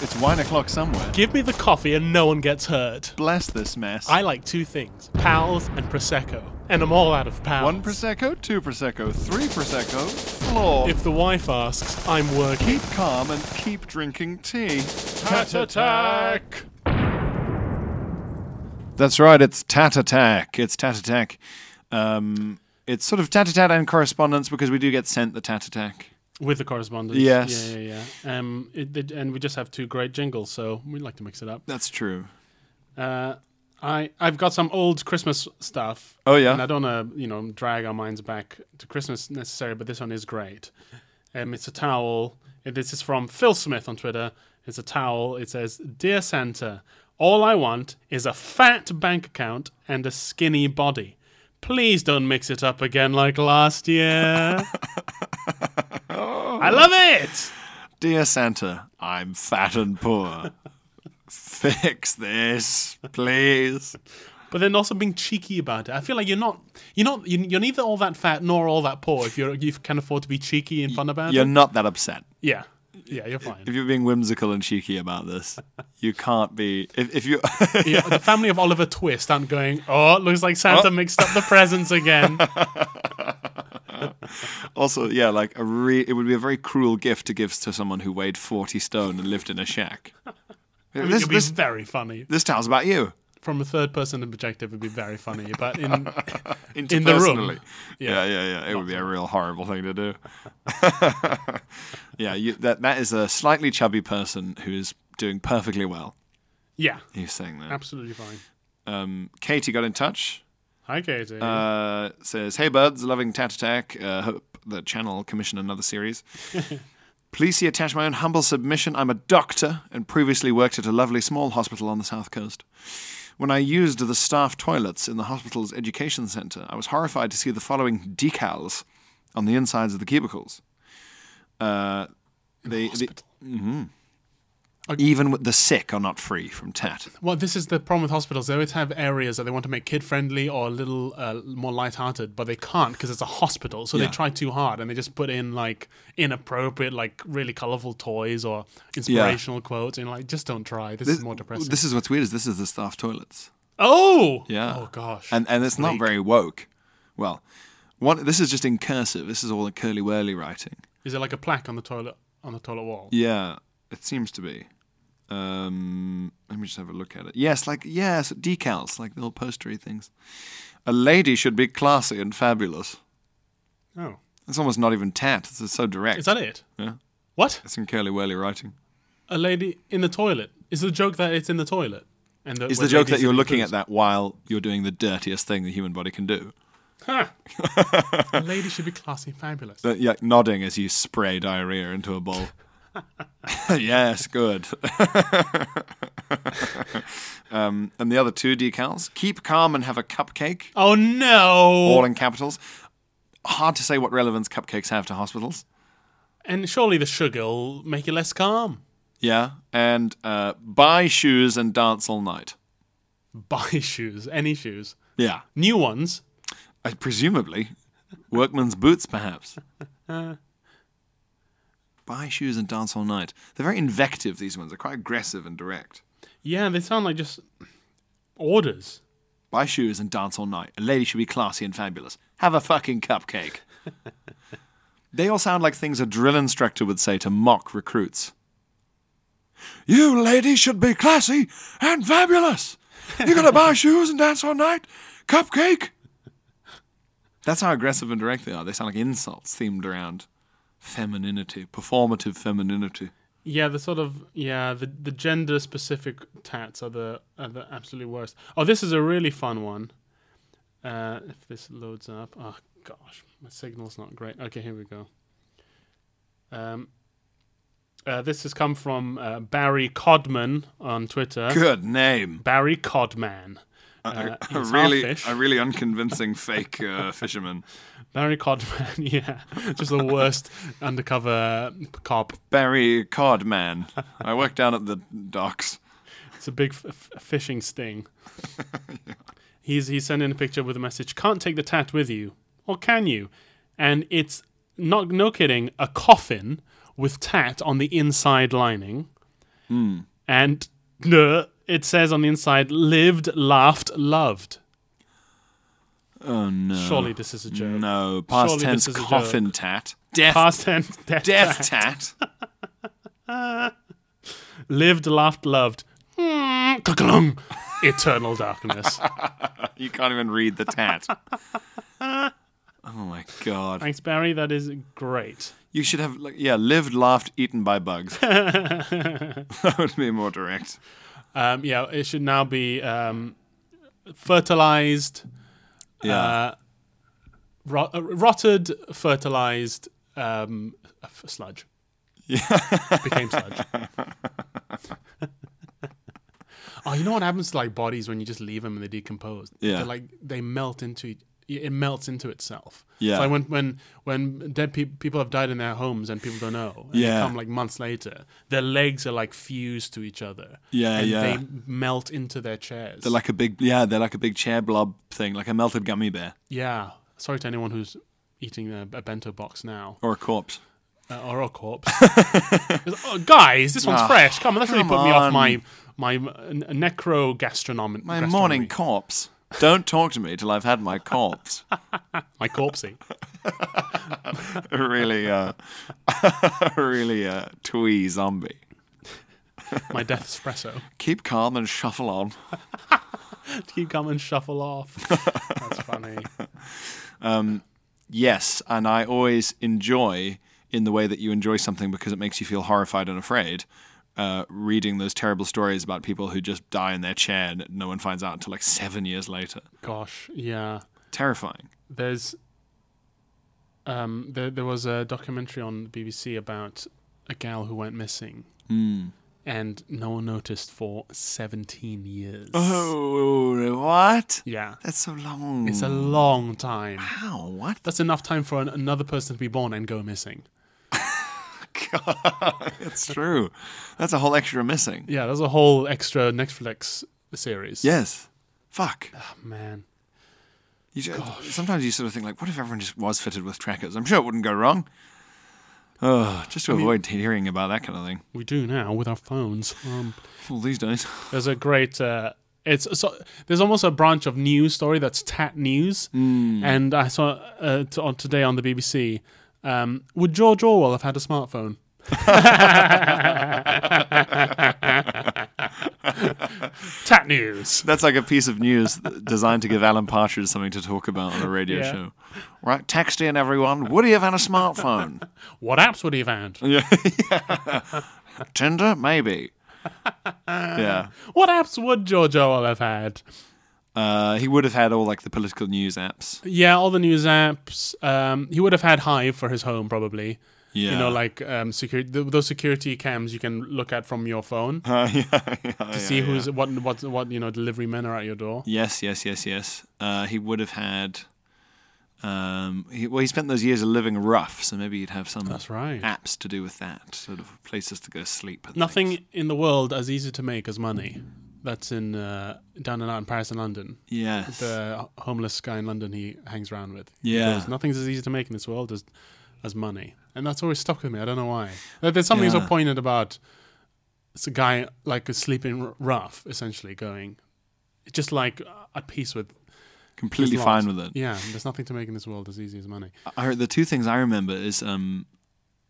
B: it's one o'clock somewhere.
C: Give me the coffee and no one gets hurt.
B: Bless this mess.
C: I like two things: pals and prosecco, and I'm all out of pals.
B: One prosecco, two prosecco, three prosecco, floor.
C: If the wife asks, I'm working.
B: keep calm and keep drinking tea.
C: Tat attack.
B: That's right. It's Tat Attack. It's Tat Attack. Um, it's sort of Tat Attack and correspondence because we do get sent the Tat Attack.
C: With the correspondence.
B: Yes.
C: Yeah, yeah, yeah. Um, it, it- and we just have two great jingles, so we like to mix it up.
B: That's true.
C: Uh, I I've got some old Christmas stuff.
B: Oh, yeah?
C: and I don't wanna you know drag our minds back to Christmas necessarily, but this one is great. Um, it's a towel. Uh, This is from Phil Smith on Twitter. It's a towel. It says, "Dear Santa, all I want is a fat bank account and a skinny body. Please don't mix it up again like last year." I love it.
B: Dear Santa, I'm fat and poor. Fix this, please.
C: but then also being cheeky about it. I feel like you're not, you're not, you- you're neither all that fat nor all that poor if you're you can afford to be cheeky and fun about
B: You're
C: it.
B: not that upset.
C: Yeah, yeah, you're fine.
B: If you're being whimsical and cheeky about this, you can't be. If, if you,
C: Yeah, the family of Oliver Twist aren't going. Oh, it looks like Santa mixed up the presents again.
B: also, yeah, like a re, it would be a very cruel gift to give to someone who weighed forty stone and lived in a shack.
C: I mean,
B: this,
C: it'd be
B: this,
C: very funny
B: this towel's about you.
C: from a third person perspective. It'd be very funny, but in in the
B: Interpersonally.
C: room,
B: Yeah, yeah, yeah. It would be a real horrible thing to do. yeah, you, that that is a slightly chubby person who is doing perfectly well.
C: yeah,
B: He's saying that.
C: absolutely fine.
B: Um, Katie got in touch.
C: Hi, Katie.
B: Uh, says, "Hey birds, loving Tat Attack. Uh, hope the channel commission another series." Please see attached my own humble submission. I'm a doctor and previously worked at a lovely small hospital on the south coast. When I used the staff toilets in the hospital's education centre, I was horrified to see the following decals on the insides of the cubicles. Uh, they, the, Mhm. Even with the sick are not free from tat.
C: Well, this is the problem with hospitals. They always have areas that they want to make kid friendly or a little uh, more lighthearted, but they can't because it's a hospital. So
B: Yeah.
C: they try too hard and they just put in like inappropriate, like really colorful toys or inspirational quotes and like just don't try. This, is more depressing.
B: This is what's weird is this is the staff toilets.
C: oh
B: Yeah.
C: Oh gosh.
B: And and it's not very woke. Well, one this is just in cursive. This is all in curly whirly writing.
C: is there like a plaque on the toilet on the toilet wall?
B: Yeah, it seems to be. Um, let me just have a look at it. Yes, like yes, decals, like little postery things. A lady should be classy and fabulous.
C: Oh,
B: It's almost not even tat. It's so direct.
C: is that it?
B: Yeah.
C: What?
B: It's in curly whirly writing.
C: A lady in the toilet? Is the joke that it's in the toilet? And
B: Is the
C: where
B: joke that
C: ladies
B: you're
C: in
B: looking at
C: booths-
B: that while you're doing the dirtiest thing the human body can do?
C: Huh. a lady should be classy, and fabulous.
B: Uh, yeah, nodding as you spray diarrhea into a bowl. yes, good. um, and the other two decals: keep calm and have a cupcake.
C: Oh no!
B: All in capitals. Hard to say what relevance cupcakes have to hospitals.
C: And surely the sugar will make you less calm.
B: Yeah, and uh, buy shoes and dance all night.
C: Buy shoes, any shoes.
B: Yeah,
C: New ones.
B: uh, presumably workman's boots, perhaps. buy shoes and dance all night. They're very invective. These ones are quite aggressive and direct.
C: Yeah, they sound like just orders.
B: Buy shoes and dance all night. A lady should be classy and fabulous. Have a fucking cupcake. they all sound like things a drill instructor would say to mock recruits. You ladies should be classy and fabulous. You're going to buy shoes and dance all night? Cupcake? That's how aggressive and direct they are. They sound like insults themed around femininity, performative femininity.
C: Yeah, the sort of yeah, the, the gender specific tats are the are the absolute worst. Oh, this is a really fun one. Uh, if this loads up, oh gosh, my signal's not great. Okay, here we go. Um, uh, this has come from uh, Barry Codman on Twitter.
B: Good name.
C: Barry Codman. Uh,
B: a
C: he's
B: really,
C: half-ish.
B: a really unconvincing fake uh, fisherman.
C: Barry Codman, yeah, just the worst undercover cop.
B: Barry Codman. I work down at the docks.
C: It's a big f- f- fishing sting. He's he's sending a picture with a message: "Can't take the tat with you, or can you?" And it's not no kidding, a coffin with tat on the inside lining,
B: Hmm.
C: and uh, it says on the inside, "Lived, laughed, loved."
B: Oh no!
C: Surely this is a joke.
B: no past
C: Surely
B: tense
C: this is a
B: coffin tat, death,
C: Past tense, death,
B: death
C: tat.
B: tat.
C: lived, laughed, loved. Mm, ka-klung. Eternal darkness.
B: you can't even read the tat. oh my god!
C: Thanks, Barry. That is great.
B: You should have like yeah, lived, laughed, eaten by bugs. that would be more direct.
C: Um, yeah, it should now be um, fertilized,
B: Yeah.
C: uh, rot- uh, rotted, fertilized um, f- sludge. Yeah, became sludge. oh, you know what happens to like bodies when you just leave them and they decompose?
B: Yeah.
C: They're like they melt into e- it melts into itself.
B: Yeah.
C: So like when when when dead pe- people have died in their homes and people don't know, and
B: Yeah.
C: they come like months later, their legs are like fused to each other.
B: Yeah,
C: and
B: yeah.
C: They melt into their chairs.
B: They're like a big yeah, they're like a big chair blob thing, like a melted gummy bear
C: yeah. Sorry to anyone who's eating a, a bento box now
B: or a corpse.
C: uh, or a corpse. oh, guys, this one's
B: Ah,
C: fresh. Come on, that's really
B: come
C: put me off
B: on.
C: my my uh, necro gastronomic.
B: My morning corpse. Don't talk to me till I've had my corpse.
C: my corpsey.
B: really, uh, really, uh, twee zombie.
C: my death espresso.
B: Keep calm and shuffle on.
C: Keep coming, shuffle off. That's funny.
B: Yes, and I always enjoy, in the way that you enjoy something because it makes you feel horrified and afraid, uh, reading those terrible stories about people who just die in their chair and no one finds out until like seven years later.
C: Gosh, yeah.
B: Terrifying.
C: there's um there there was a documentary on BBC about a gal who went missing.
B: Hmm.
C: And no one noticed for 17 years.
B: Oh, what?
C: Yeah.
B: That's so long.
C: It's a long time.
B: Hmm. Wow, what?
C: That's enough time for an, another person to be born and go missing.
B: That's true. That's a whole extra missing.
C: Yeah, there's a whole extra Netflix series. Oh,
B: Yes. Fuck.
C: Man.
B: You ju- sometimes you sort of think like, what if everyone just was fitted with trackers? I'm sure it wouldn't go wrong. Oh, just to avoid hearing about that kind of thing.
C: We do now with our phones. Um,
B: Well, these days.
C: There's a great. Uh, it's so there's almost a branch of news story that's tat news,
B: Hmm.
C: and I saw uh, t- on today on the BBC. Um, would George Orwell have had a smartphone? tat news.
B: That's like a piece of news designed to give Alan Partridge something to talk about on a radio
C: Yeah.
B: show. Right, text in everyone. Would he have had a smartphone?
C: What apps would he have had?
B: Tinder, maybe. Yeah,
C: What apps would George Orwell have had?
B: uh, he would have had all like the political news apps.
C: Yeah, all the news apps. Um, he would have had Hive for his home probably.
B: Yeah,
C: You know, like um, security. Th- those security cams you can look at from your phone.
B: Oh, to
C: see who's what what what you know delivery men are at your door.
B: Yes, yes, yes, yes. Uh, he would have had. Um, he, well, he spent those years living rough, so maybe he'd have some
C: That's right.
B: apps to do with that, sort of places to go sleep. and
C: Nothing
B: things.
C: in the world as easy to make as money. That's in uh, down and out in Paris and London.
B: Yes.
C: The homeless guy in London he hangs around with. He
B: Yeah.
C: goes, nothing's as easy to make in this world as as money, and that's always stuck with me. I don't know why. There- There's something so
B: Yeah.
C: poignant about it's a guy like sleeping r- rough, essentially going, just like at peace with. his
B: Completely
C: lot.
B: fine with it.
C: Yeah, there's nothing to make in this world as easy as money.
B: I, the two things I remember is um,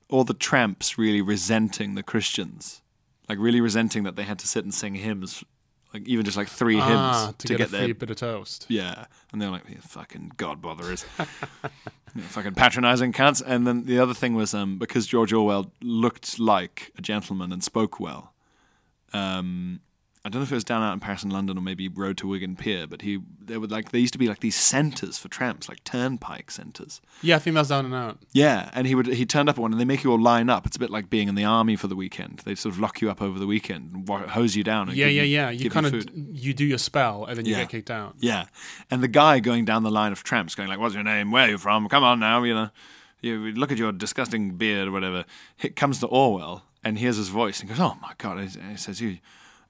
B: all the tramps really resenting the Christians, like really resenting that they had to sit and sing hymns, like even just like three
C: ah,
B: hymns
C: to, get, a
B: their
C: free bit of toast.
B: yeah, and they're like, "You fucking god botherers, You know, fucking patronizing cunts. And then the other thing was um, because George Orwell looked like a gentleman and spoke well. Um, I don't know if it was down out in Paris and London or maybe Road to Wigan Pier, but he there would like there used to be like these centres for tramps, like turnpike centres.
C: Yeah, I think that's down and out.
B: Yeah, and he would he turned up at one, and they make you all line up. It's a bit like being in the army for the weekend. They sort of lock you up over the weekend and wa- hose you down. And
C: Yeah,
B: give
C: yeah,
B: you-
C: yeah. You
B: give
C: kind
B: food.
C: of you do your spell and then you
B: Yeah.
C: get kicked out.
B: Yeah, and the guy going down the line of tramps, going like, "What's your name? Where are you from? Come on now, you know, you look at your disgusting beard or whatever." It comes to Orwell, and hears his voice, and goes, "Oh my god!" And he- and he says, "You,"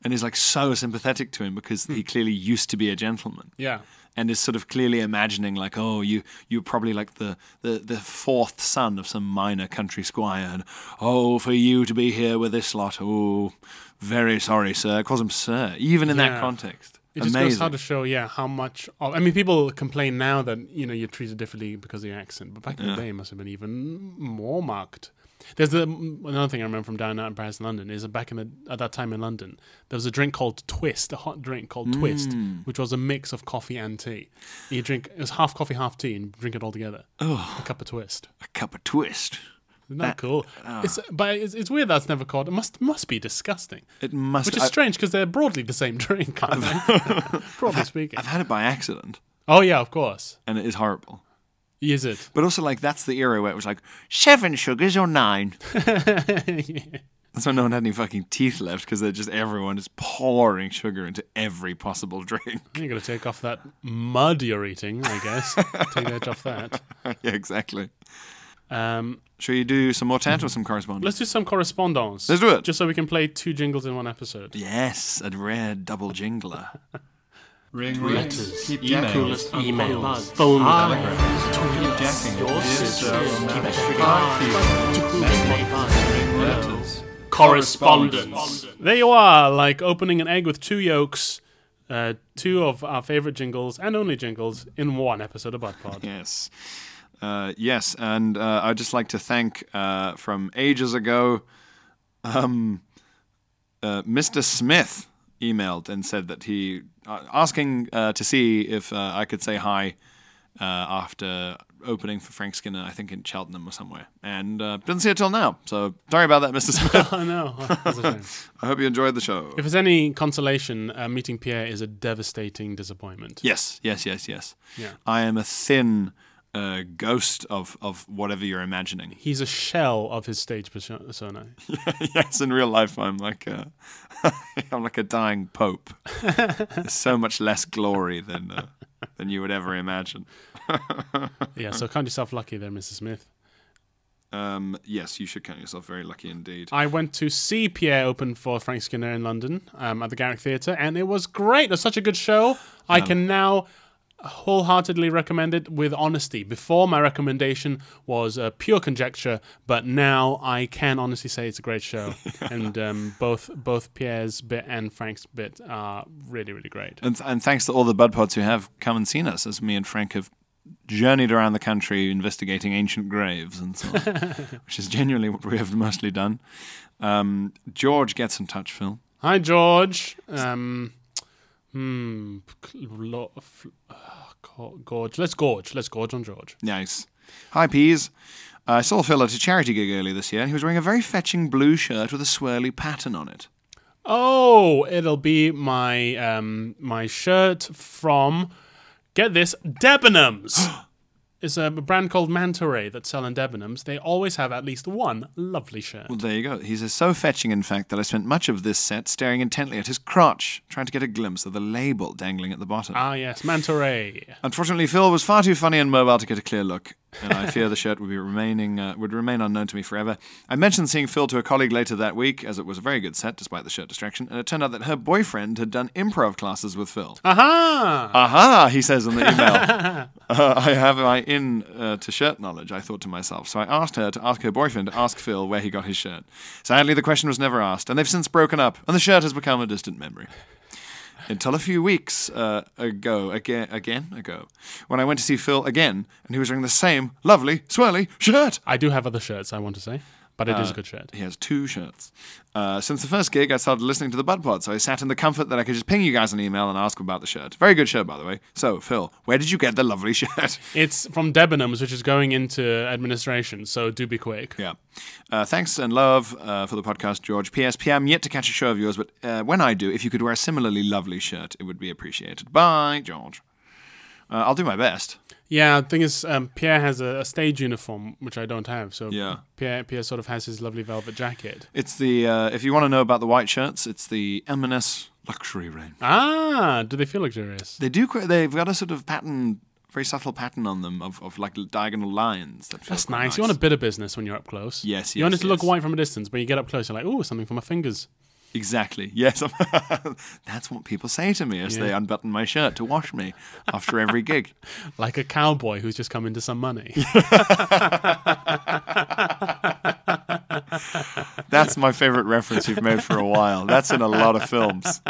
B: and he's like so sympathetic to him because
C: Hmm.
B: he clearly used to be a gentleman
C: Yeah.
B: and is sort of clearly imagining like oh you you're probably like the, the, the fourth son of some minor country squire and oh for you to be here with this lot oh very sorry sir calls him sir even in that
C: Yeah.
B: context
C: It just
B: amazing
C: goes how to show, yeah, how much. Of, I mean, people complain now that you know you're treated differently because of your accent, but back in the day, it must have been even more marked. There's the, mm, another thing I remember from down and out in Paris, and London, is that back in the, at that time in London, there was a drink called Twist, a hot drink called Twist,
B: Mm.
C: which was a mix of coffee and tea. You drink it was half coffee, half tea, and drink it all together. A cup of Twist.
B: a cup of twist
C: Isn't that, cool?
B: Ah.
C: it's, but it's, it's weird that's never caught. It must must be disgusting.
B: It must-
C: Which is
B: I-
C: strange because they're broadly the same drink, aren't they? broadly speaking.
B: I've had it by accident,
C: Oh yeah, of course.
B: and it is horrible.
C: Is it?
B: But also, like, that's the era where it was like seven sugars or nine. That's why no one had any fucking teeth left because they're just everyone is pouring sugar into every possible drink.
C: You're gonna take off that mud you're eating, I guess. take the edge off that.
B: yeah, exactly.
C: Um,
B: Should you do some more tat or some correspondence?
C: let's do some correspondence.
B: Let's do it.
C: Just so we can play two jingles in one episode.
B: yes, a rare double jingler.
H: Ring letters, emails, coolest
C: emails,
H: buzz,
C: phone
H: telegrams, tweets, jacking, your sister, ring letters, correspondence.
C: There you are, like opening an egg with two yolks. Uh, two of our favorite jingles and only jingles in one episode of Bud Pod.
B: Yes. Uh, yes, and uh, I'd just like to thank uh, from ages ago, um, uh, Mr. Smith emailed and said that he uh, asking uh, to see if uh, I could say hi uh, after opening for Frank Skinner, I think in Cheltenham or somewhere, and uh, didn't see it till now. So sorry about that, Mr. Smith.
C: I know. that's a shame.
B: I hope you enjoyed the show.
C: If it's any consolation, uh, meeting Pierre is a devastating disappointment.
B: Yes, yes, yes, yes.
C: Yeah.
B: I am a thin uh, ghost of of whatever you're imagining.
C: He's a shell of his stage persona.
B: yes, in real life, I'm like a, I'm like a dying pope. There's so much less glory than uh, than you would ever imagine.
C: yeah, so count yourself lucky there, Mrs. Smith.
B: Um, yes, you should count yourself very lucky indeed.
C: I went to see Pierre open for Frank Skinner in London um, at the Garrick Theatre, and it was great. It was such a good show. I can now wholeheartedly recommend it with honesty. Before, my recommendation was uh, pure conjecture, but now I can honestly say it's a great show. and um, both both Pierre's bit and Frank's bit are really, really great.
B: And, and thanks to all the bud pods who have come and seen us, as me and Frank have journeyed around the country investigating ancient graves and so on, which is genuinely what we have mostly done. Um, George gets in touch, Phil.
C: Hi, George. Um, hmm. Lo- f- ah, go- Gorge. Let's gorge. Let's gorge on George.
B: Nice. Hi, Peas. I saw Phil at a charity gig earlier this year, and he was wearing a very fetching blue shirt with a swirly pattern on it.
C: Oh, it'll be my um my shirt from get this Debenhams. it's a brand called Manta that sell in Debenhams. They always have at least one lovely shirt.
B: Well, there you go. He says, so fetching, in fact, that I spent much of this set staring intently at his crotch, trying to get a glimpse of the label dangling at the bottom.
C: Ah, yes, Manta Ray.
B: Unfortunately, Phil was far too funny and mobile to get a clear look, and I fear the shirt would be remaining uh, would remain unknown to me forever. I mentioned seeing Phil to a colleague later that week, as it was a very good set despite the shirt distraction, and it turned out that her boyfriend had done improv classes with Phil.
C: Aha!
B: Aha, he says in the email. uh, I have my in uh, to shirt knowledge, I thought to myself. So I asked her to ask her boyfriend to ask Phil where he got his shirt. Sadly, the question was never asked, and they've since broken up, and the shirt has become a distant memory. Until a few weeks uh, ago, again, again, ago, when I went to see Phil again, and he was wearing the same lovely, swirly shirt.
C: I do have other shirts. I want to say, but it is a good shirt.
B: He has two shirts. Uh, since the first gig, I started listening to the Bud Pod, so I sat in the comfort that I could just ping you guys an email and ask about the shirt. Very good shirt, by the way. So, Phil, where did you get the lovely shirt?
C: It's from Debenhams, which is going into administration. So do be quick.
B: yeah. Uh, thanks and love uh, for the podcast, George. P.S. P. I'm yet to catch a show of yours, but uh, when I do, if you could wear a similarly lovely shirt, it would be appreciated. Bye, George. Uh, I'll do my best.
C: Yeah, the thing is, um, Pierre has a, a stage uniform which I don't have. So
B: Yeah.
C: Pierre Pierre sort of has his lovely velvet jacket.
B: It's the uh, if you want to know about the white shirts, it's the M&S luxury range.
C: Ah, do they feel luxurious?
B: They do. qu- They've got a sort of pattern, very subtle pattern on them of, of like diagonal lines. That feel
C: That's
B: quite
C: nice. You want a bit of business when you're up close.
B: Yes,
C: You want
B: yes,
C: it to look
B: yes.
C: white from a distance, but you get up close, you're like, oh, something for my fingers.
B: exactly. Yes, that's what people say to me as they
C: Yeah.
B: unbutton my shirt to wash me after every gig.
C: Like a cowboy who's just come into some money.
B: That's my favorite reference you've made for a while. That's in a lot of films.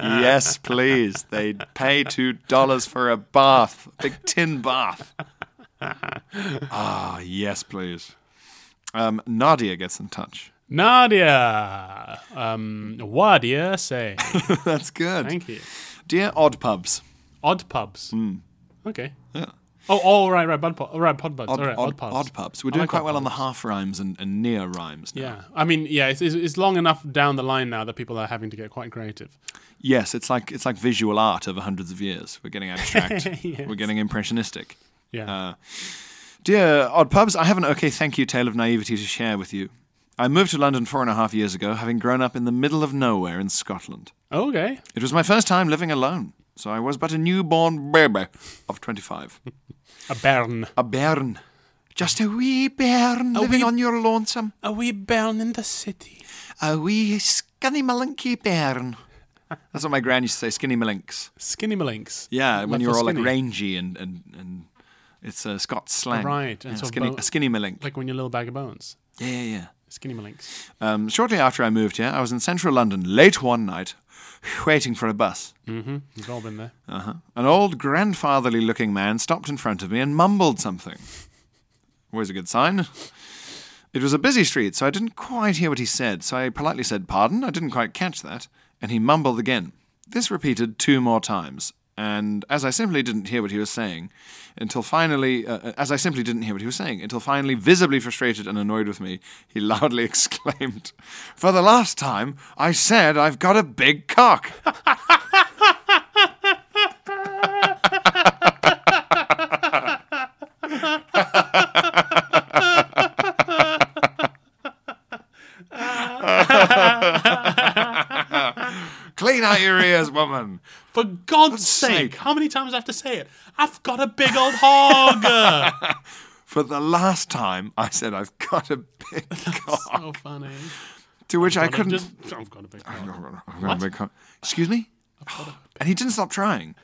B: Yes, please. They pay two dollars for a bath, a big tin bath. Ah, yes, please. Um, Nadia gets in touch.
C: Nadia! Um, what do you say?
B: That's good.
C: Thank you.
B: Dear Odd Pubs.
C: Odd pubs. Okay.
B: Hmm. Yeah.
C: Oh, all right, right, bud, pod, all right, pod buds,
B: Odd,
C: all right,
B: odd,
C: odd pubs.
B: odd pubs. We're
C: I
B: doing
C: like
B: quite
C: odd
B: well on the
C: pubs.
B: half rhymes and, and near rhymes. Now.
C: Yeah, I mean, yeah, it's, it's, it's long enough down the line now that people are having to get quite creative.
B: Yes, it's like it's like visual art over hundreds of years. We're getting abstract.
C: Yes.
B: We're getting impressionistic.
C: Yeah,
B: Uh, dear Odd Pubs, I have an okay thank you tale of naivety to share with you. I moved to London four and a half years ago, having grown up in the middle of nowhere in Scotland.
C: okay,
B: It was my first time living alone, so I was but a newborn baby of 25.
C: a bairn,
B: A bairn. Just a wee bairn living
C: wee-
B: on your lonesome.
C: a wee bairn in the city.
B: A wee skinny malinky bairn. That's what my gran used to say, skinny malinks.
C: Skinny malinks.
B: Yeah,
C: Not
B: when
C: for
B: you're all
C: skinny.
B: like rangy and, and, and it's uh, Scots slang.
C: Right, and
B: Yeah,
C: so
B: skinny,
C: bo-
B: a skinny malink.
C: like when you're a little bag of bones.
B: yeah, yeah, yeah.
C: Skinny malinks.
B: Um, shortly after I moved here, I was in central London late one night, waiting for a bus.
C: Mm-hmm. We've all been there.
B: Uh-huh. An old grandfatherly looking man stopped in front of me and mumbled something. Always a good sign. It was a busy street, so I didn't quite hear what he said, so I politely said, Pardon, I didn't quite catch that, and he mumbled again. This repeated two more times, and as I simply didn't hear what he was saying, until finally, uh, as I simply didn't hear what he was saying, until finally, visibly frustrated and annoyed with me, he loudly exclaimed, For the last time, I said I've got a big cock. Clean out your ears, woman.
C: For God's sake,
B: sake.
C: how many times do I have to say it? I've got a big old hog.
B: For the last time, I said I've got a big cock.
C: so Oh, funny.
B: To which I
C: But I've
B: couldn't.
C: Just, I've got a big hog. Yeah,
B: I've got a big cock. Excuse me. And he didn't stop trying.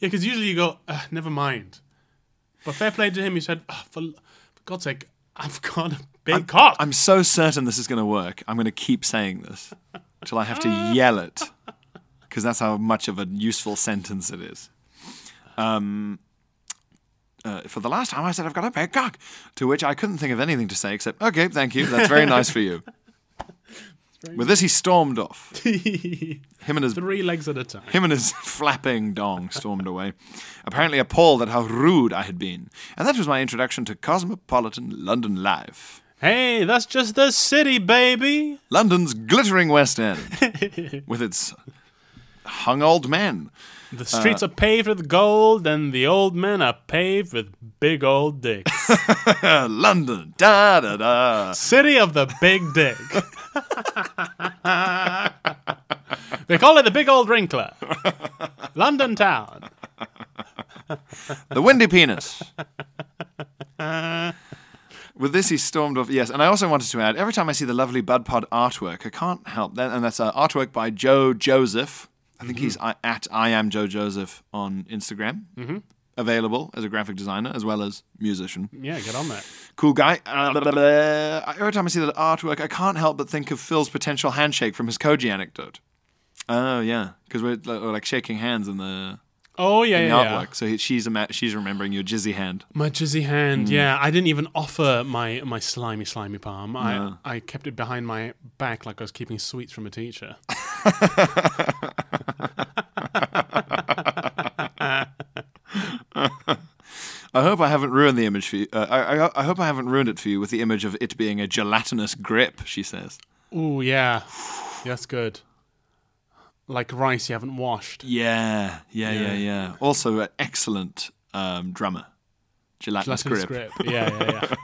C: because usually you go, uh, never mind. But fair play to him. He said, "Ah, for, for God's sake, I've got a big cock.
B: I'm so certain this is going to work. I'm going to keep saying this till I have to yell it, because that's how much of a useful sentence it is. Um, uh, for the last time, I said I've got a big cock. To which I couldn't think of anything to say except, "Okay, thank you. That's very nice for you." With this, he stormed off. Him and his
C: Three legs at a time.
B: Him and his flapping dong stormed away, apparently appalled at how rude I had been. And that was my introduction to cosmopolitan London life.
C: Hey, that's just the city, baby.
B: London's glittering West End, with its hung old men.
C: The
B: Uh.
C: streets are paved with gold, and the old men are paved with big old dicks.
B: Uh, London, da da da.
C: City of the big dick. they call it the big old wrinkler. London town.
B: The windy penis. With this, he stormed off. Yes, and I also wanted to add every time I see the lovely Bud Pod artwork, I can't help that. And that's uh, artwork by Joe Joseph. I think he's I, at I am Joe Joseph on Instagram. Mm-hmm. Available as a graphic designer as well as musician.
C: Yeah, get on that.
B: Cool guy. Uh, every time I see that artwork, I can't help but think of Phil's potential handshake from his Koji anecdote. Oh, yeah. Because we're, like- we're like shaking hands in the,
C: Oh yeah,
B: in the
C: yeah, yeah.
B: artwork. So he, she's, ima- she's remembering your jizzy hand.
C: My jizzy hand.
B: Hmm.
C: Yeah, I didn't even offer my my slimy slimy palm. I I kept it behind my back like I was keeping sweets from a teacher.
B: I hope I haven't ruined the image for you. Uh, I, I, I hope I haven't ruined it for you with the image of it being a gelatinous grip. She says.
C: Ooh yeah, that's good. Like rice you haven't washed.
B: Yeah, yeah, yeah, yeah. Also, an excellent um, drummer. Gelatinous,
C: Latin
B: grip.
C: script. Yeah, yeah,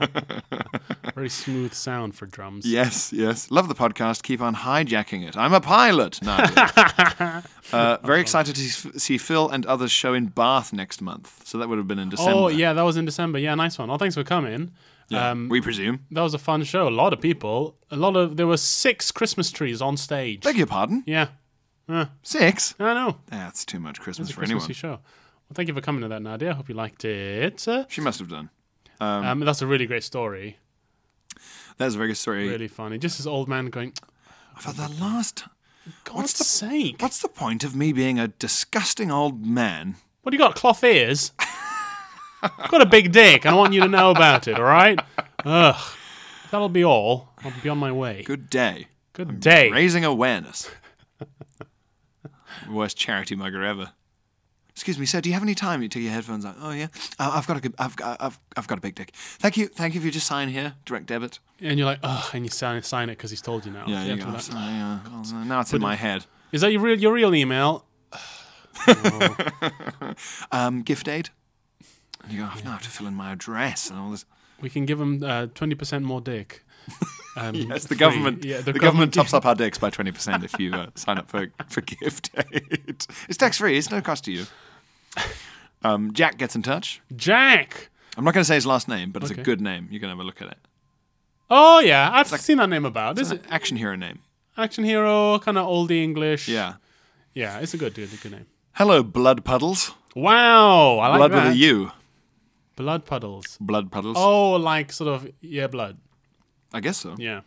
C: yeah. Very smooth sound for drums.
B: Yes, yes. Love the podcast. Keep on hijacking it. I'm a pilot now. uh, very excited to s- see Phil and others show in Bath next month. So that would have been in December.
C: Oh yeah, that was in December. Yeah, nice one. Oh, thanks for coming.
B: Yeah,
C: Um,
B: we presume.
C: that was a fun show. A lot of people. A lot of there were six Christmas trees on stage.
B: Beg your pardon.
C: Yeah,
B: Six.
C: I know.
B: That's too much Christmas
C: It's a
B: for anyone.
C: Christmassy show. Well, thank you for coming to that, Nadia. I hope you liked it. Um,
B: She must have done.
C: that's a really great story.
B: That's a very good story.
C: Really funny. Just this old man going,
B: For the last
C: God's sake.
B: What's the point of me being a disgusting old man?
C: What do you got? Cloth ears? I've got a big dick. and I want you to know about it, all right? Ugh. If That'll be all. I'll be on my way. Good,
B: Good day.
C: day.
B: Raising awareness. Worst charity mugger ever. excuse me, sir, do you have any time? You take your headphones out. Oh yeah, uh, I've got a good, I've, got- I've, I've got a big dick. Thank you, thank you. If you just sign here, direct debit.
C: And you're like, oh, and you sign, sign it because he's told you now.
B: Yeah,
C: You
B: you
C: have to
B: go.
C: like,
B: "Oh, yeah. Oh, no, now it's in my head.
C: Is that your real your real email?
B: Um, gift aid. And you go, I've now have to fill in my address and all this.
C: We can give him uh, twenty percent more dick. Um,
B: Yes, the
C: free.
B: government.
C: Yeah,
B: the, government tops up our dicks by twenty percent if you uh, sign up for for gift aid. It's tax free. It's no cost to you. Um, Jack gets in touch.
C: Jack.
B: I'm not going to say his last name, but it's
C: Okay.
B: a good name. You can have a look at it.
C: Oh yeah, I've seen that name about. Is
B: It's
C: it
B: an action hero name.
C: action hero? Kind of old English.
B: Yeah.
C: yeah, it's a good, good, good name.
B: Hello, blood puddles.
C: Wow, I like
B: blood
C: that.
B: with a U.
C: Blood puddles.
B: Blood puddles.
C: Oh, like sort of yeah, blood.
B: I guess so.
C: Yeah.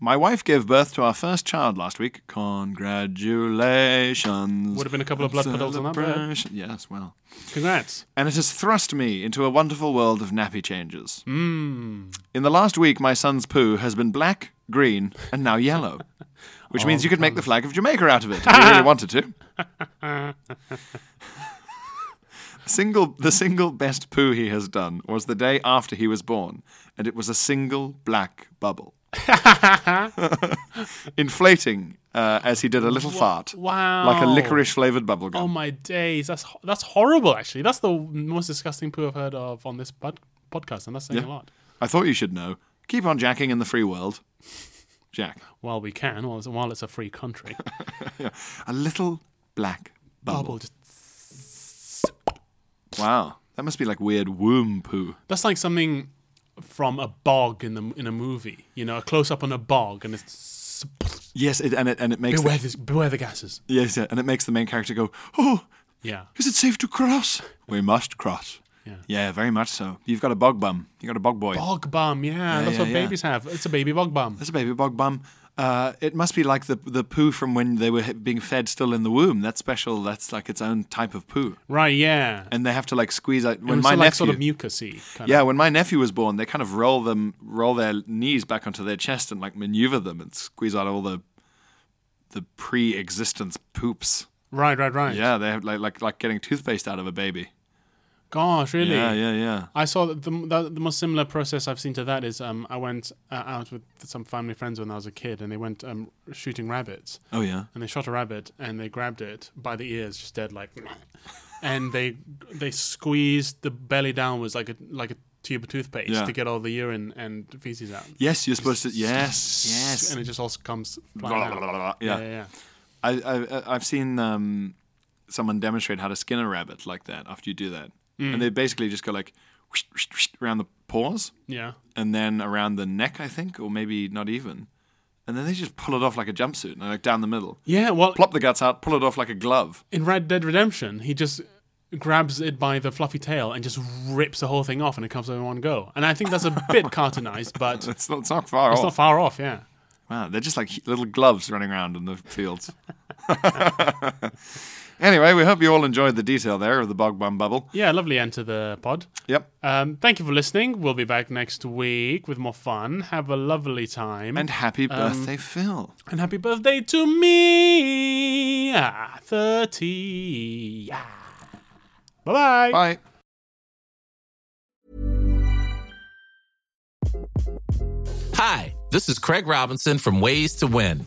B: My wife gave birth to our first child last week. Congratulations.
C: Would have been a couple of blood puddles on that bread.
B: Celebration. Yes, well.
C: Congrats.
B: and it has thrust me into a wonderful world of nappy changes. In the last week, my son's poo has been black, green, and now yellow, which means you could make the flag of Jamaica out of it if you really wanted to. single, the single best poo he has done was the day after he was born, and it was a single black bubble. Inflating uh, as he did a little fart.
C: wow.
B: Like a licorice flavored bubble
C: Oh
B: gum.
C: my days, that's ho- that's horrible. Actually, that's the most disgusting poo I've heard of on this pod- podcast, and that's saying a lot.
B: I thought you should know. Keep on jacking in the free world. Jack.
C: While we can, while it's, while it's a free country,
B: A little black bubble.
C: bubble. Just,
B: Wow. That must be like weird womb poo.
C: that's like something from a bog in the in a movie. You know, a close up on a bog, and it's
B: Yes, it, and it and it makes
C: beware
B: the,
C: the, beware the gases.
B: yes, yeah, and it makes the main character go, "Oh,
C: Yeah,
B: is it safe to cross? We must cross."
C: Yeah.
B: very much so. You've got a bog bum. You got a bog boy.
C: bog bum. Yeah, that's
B: yeah,
C: what
B: yeah.
C: babies have. It's a baby bog bum.
B: That's a baby bog bum. Uh, it must be like the the poo from when they were being fed still in the womb. That's special. That's like its own type of poo.
C: Right. Yeah.
B: And they have to like squeeze out when
C: And
B: my
C: so,
B: nephew
C: like sort of mucousy. Kind
B: Yeah,
C: Of.
B: when my nephew was born, they kind of roll them, roll their knees back onto their chest and like maneuver them and squeeze out all the, the pre-existence poops.
C: Right. Right. Right.
B: Yeah, they have like like like getting toothpaste out of a baby.
C: Gosh, really.
B: Yeah, yeah, yeah.
C: I saw that the, the, the most similar process I've seen to that is um, I went uh, out with some family friends when I was a kid, and they went um, shooting rabbits,
B: Oh yeah.
C: and they shot a rabbit, and they grabbed it by the ears, just dead like, and they they squeezed the belly downwards like a like a tube of toothpaste
B: Yeah.
C: to get all the urine and feces out.
B: Yes, you're supposed to. Yes, yes.
C: and it just all comes flying
B: Blah, blah, blah,
C: out.
B: blah.
C: Yeah,
B: Yeah.
C: yeah, yeah.
B: I, I I've seen um, someone demonstrate how to skin a rabbit like that after you do that,
C: Mm.
B: and they basically just go like whoosh, whoosh, whoosh, around the paws.
C: yeah.
B: and then around the neck, I think, or maybe not even. And then they just pull it off like a jumpsuit, and like down the middle.
C: Yeah, well,
B: Plop the guts out, pull it off like a glove.
C: in Red Dead Redemption, he just grabs it by the fluffy tail and just rips the whole thing off, and it comes in one go. And I think that's a bit cartoonized, but it's
B: It's not, it's not far off.
C: not far off. Yeah,
B: wow, they're just like he- little gloves running around in the fields. anyway, we hope you all enjoyed the detail there of the bog bum bubble.
C: yeah. Lovely end to the pod.
B: Yep.
C: Um, thank you for listening. We'll be back next week with more fun. Have a lovely time
B: And happy birthday, Phil.
C: and happy birthday to me, Ah, thirty. Ah. Bye bye.
B: Bye.
D: Hi, this is Craig Robinson from Ways to Win,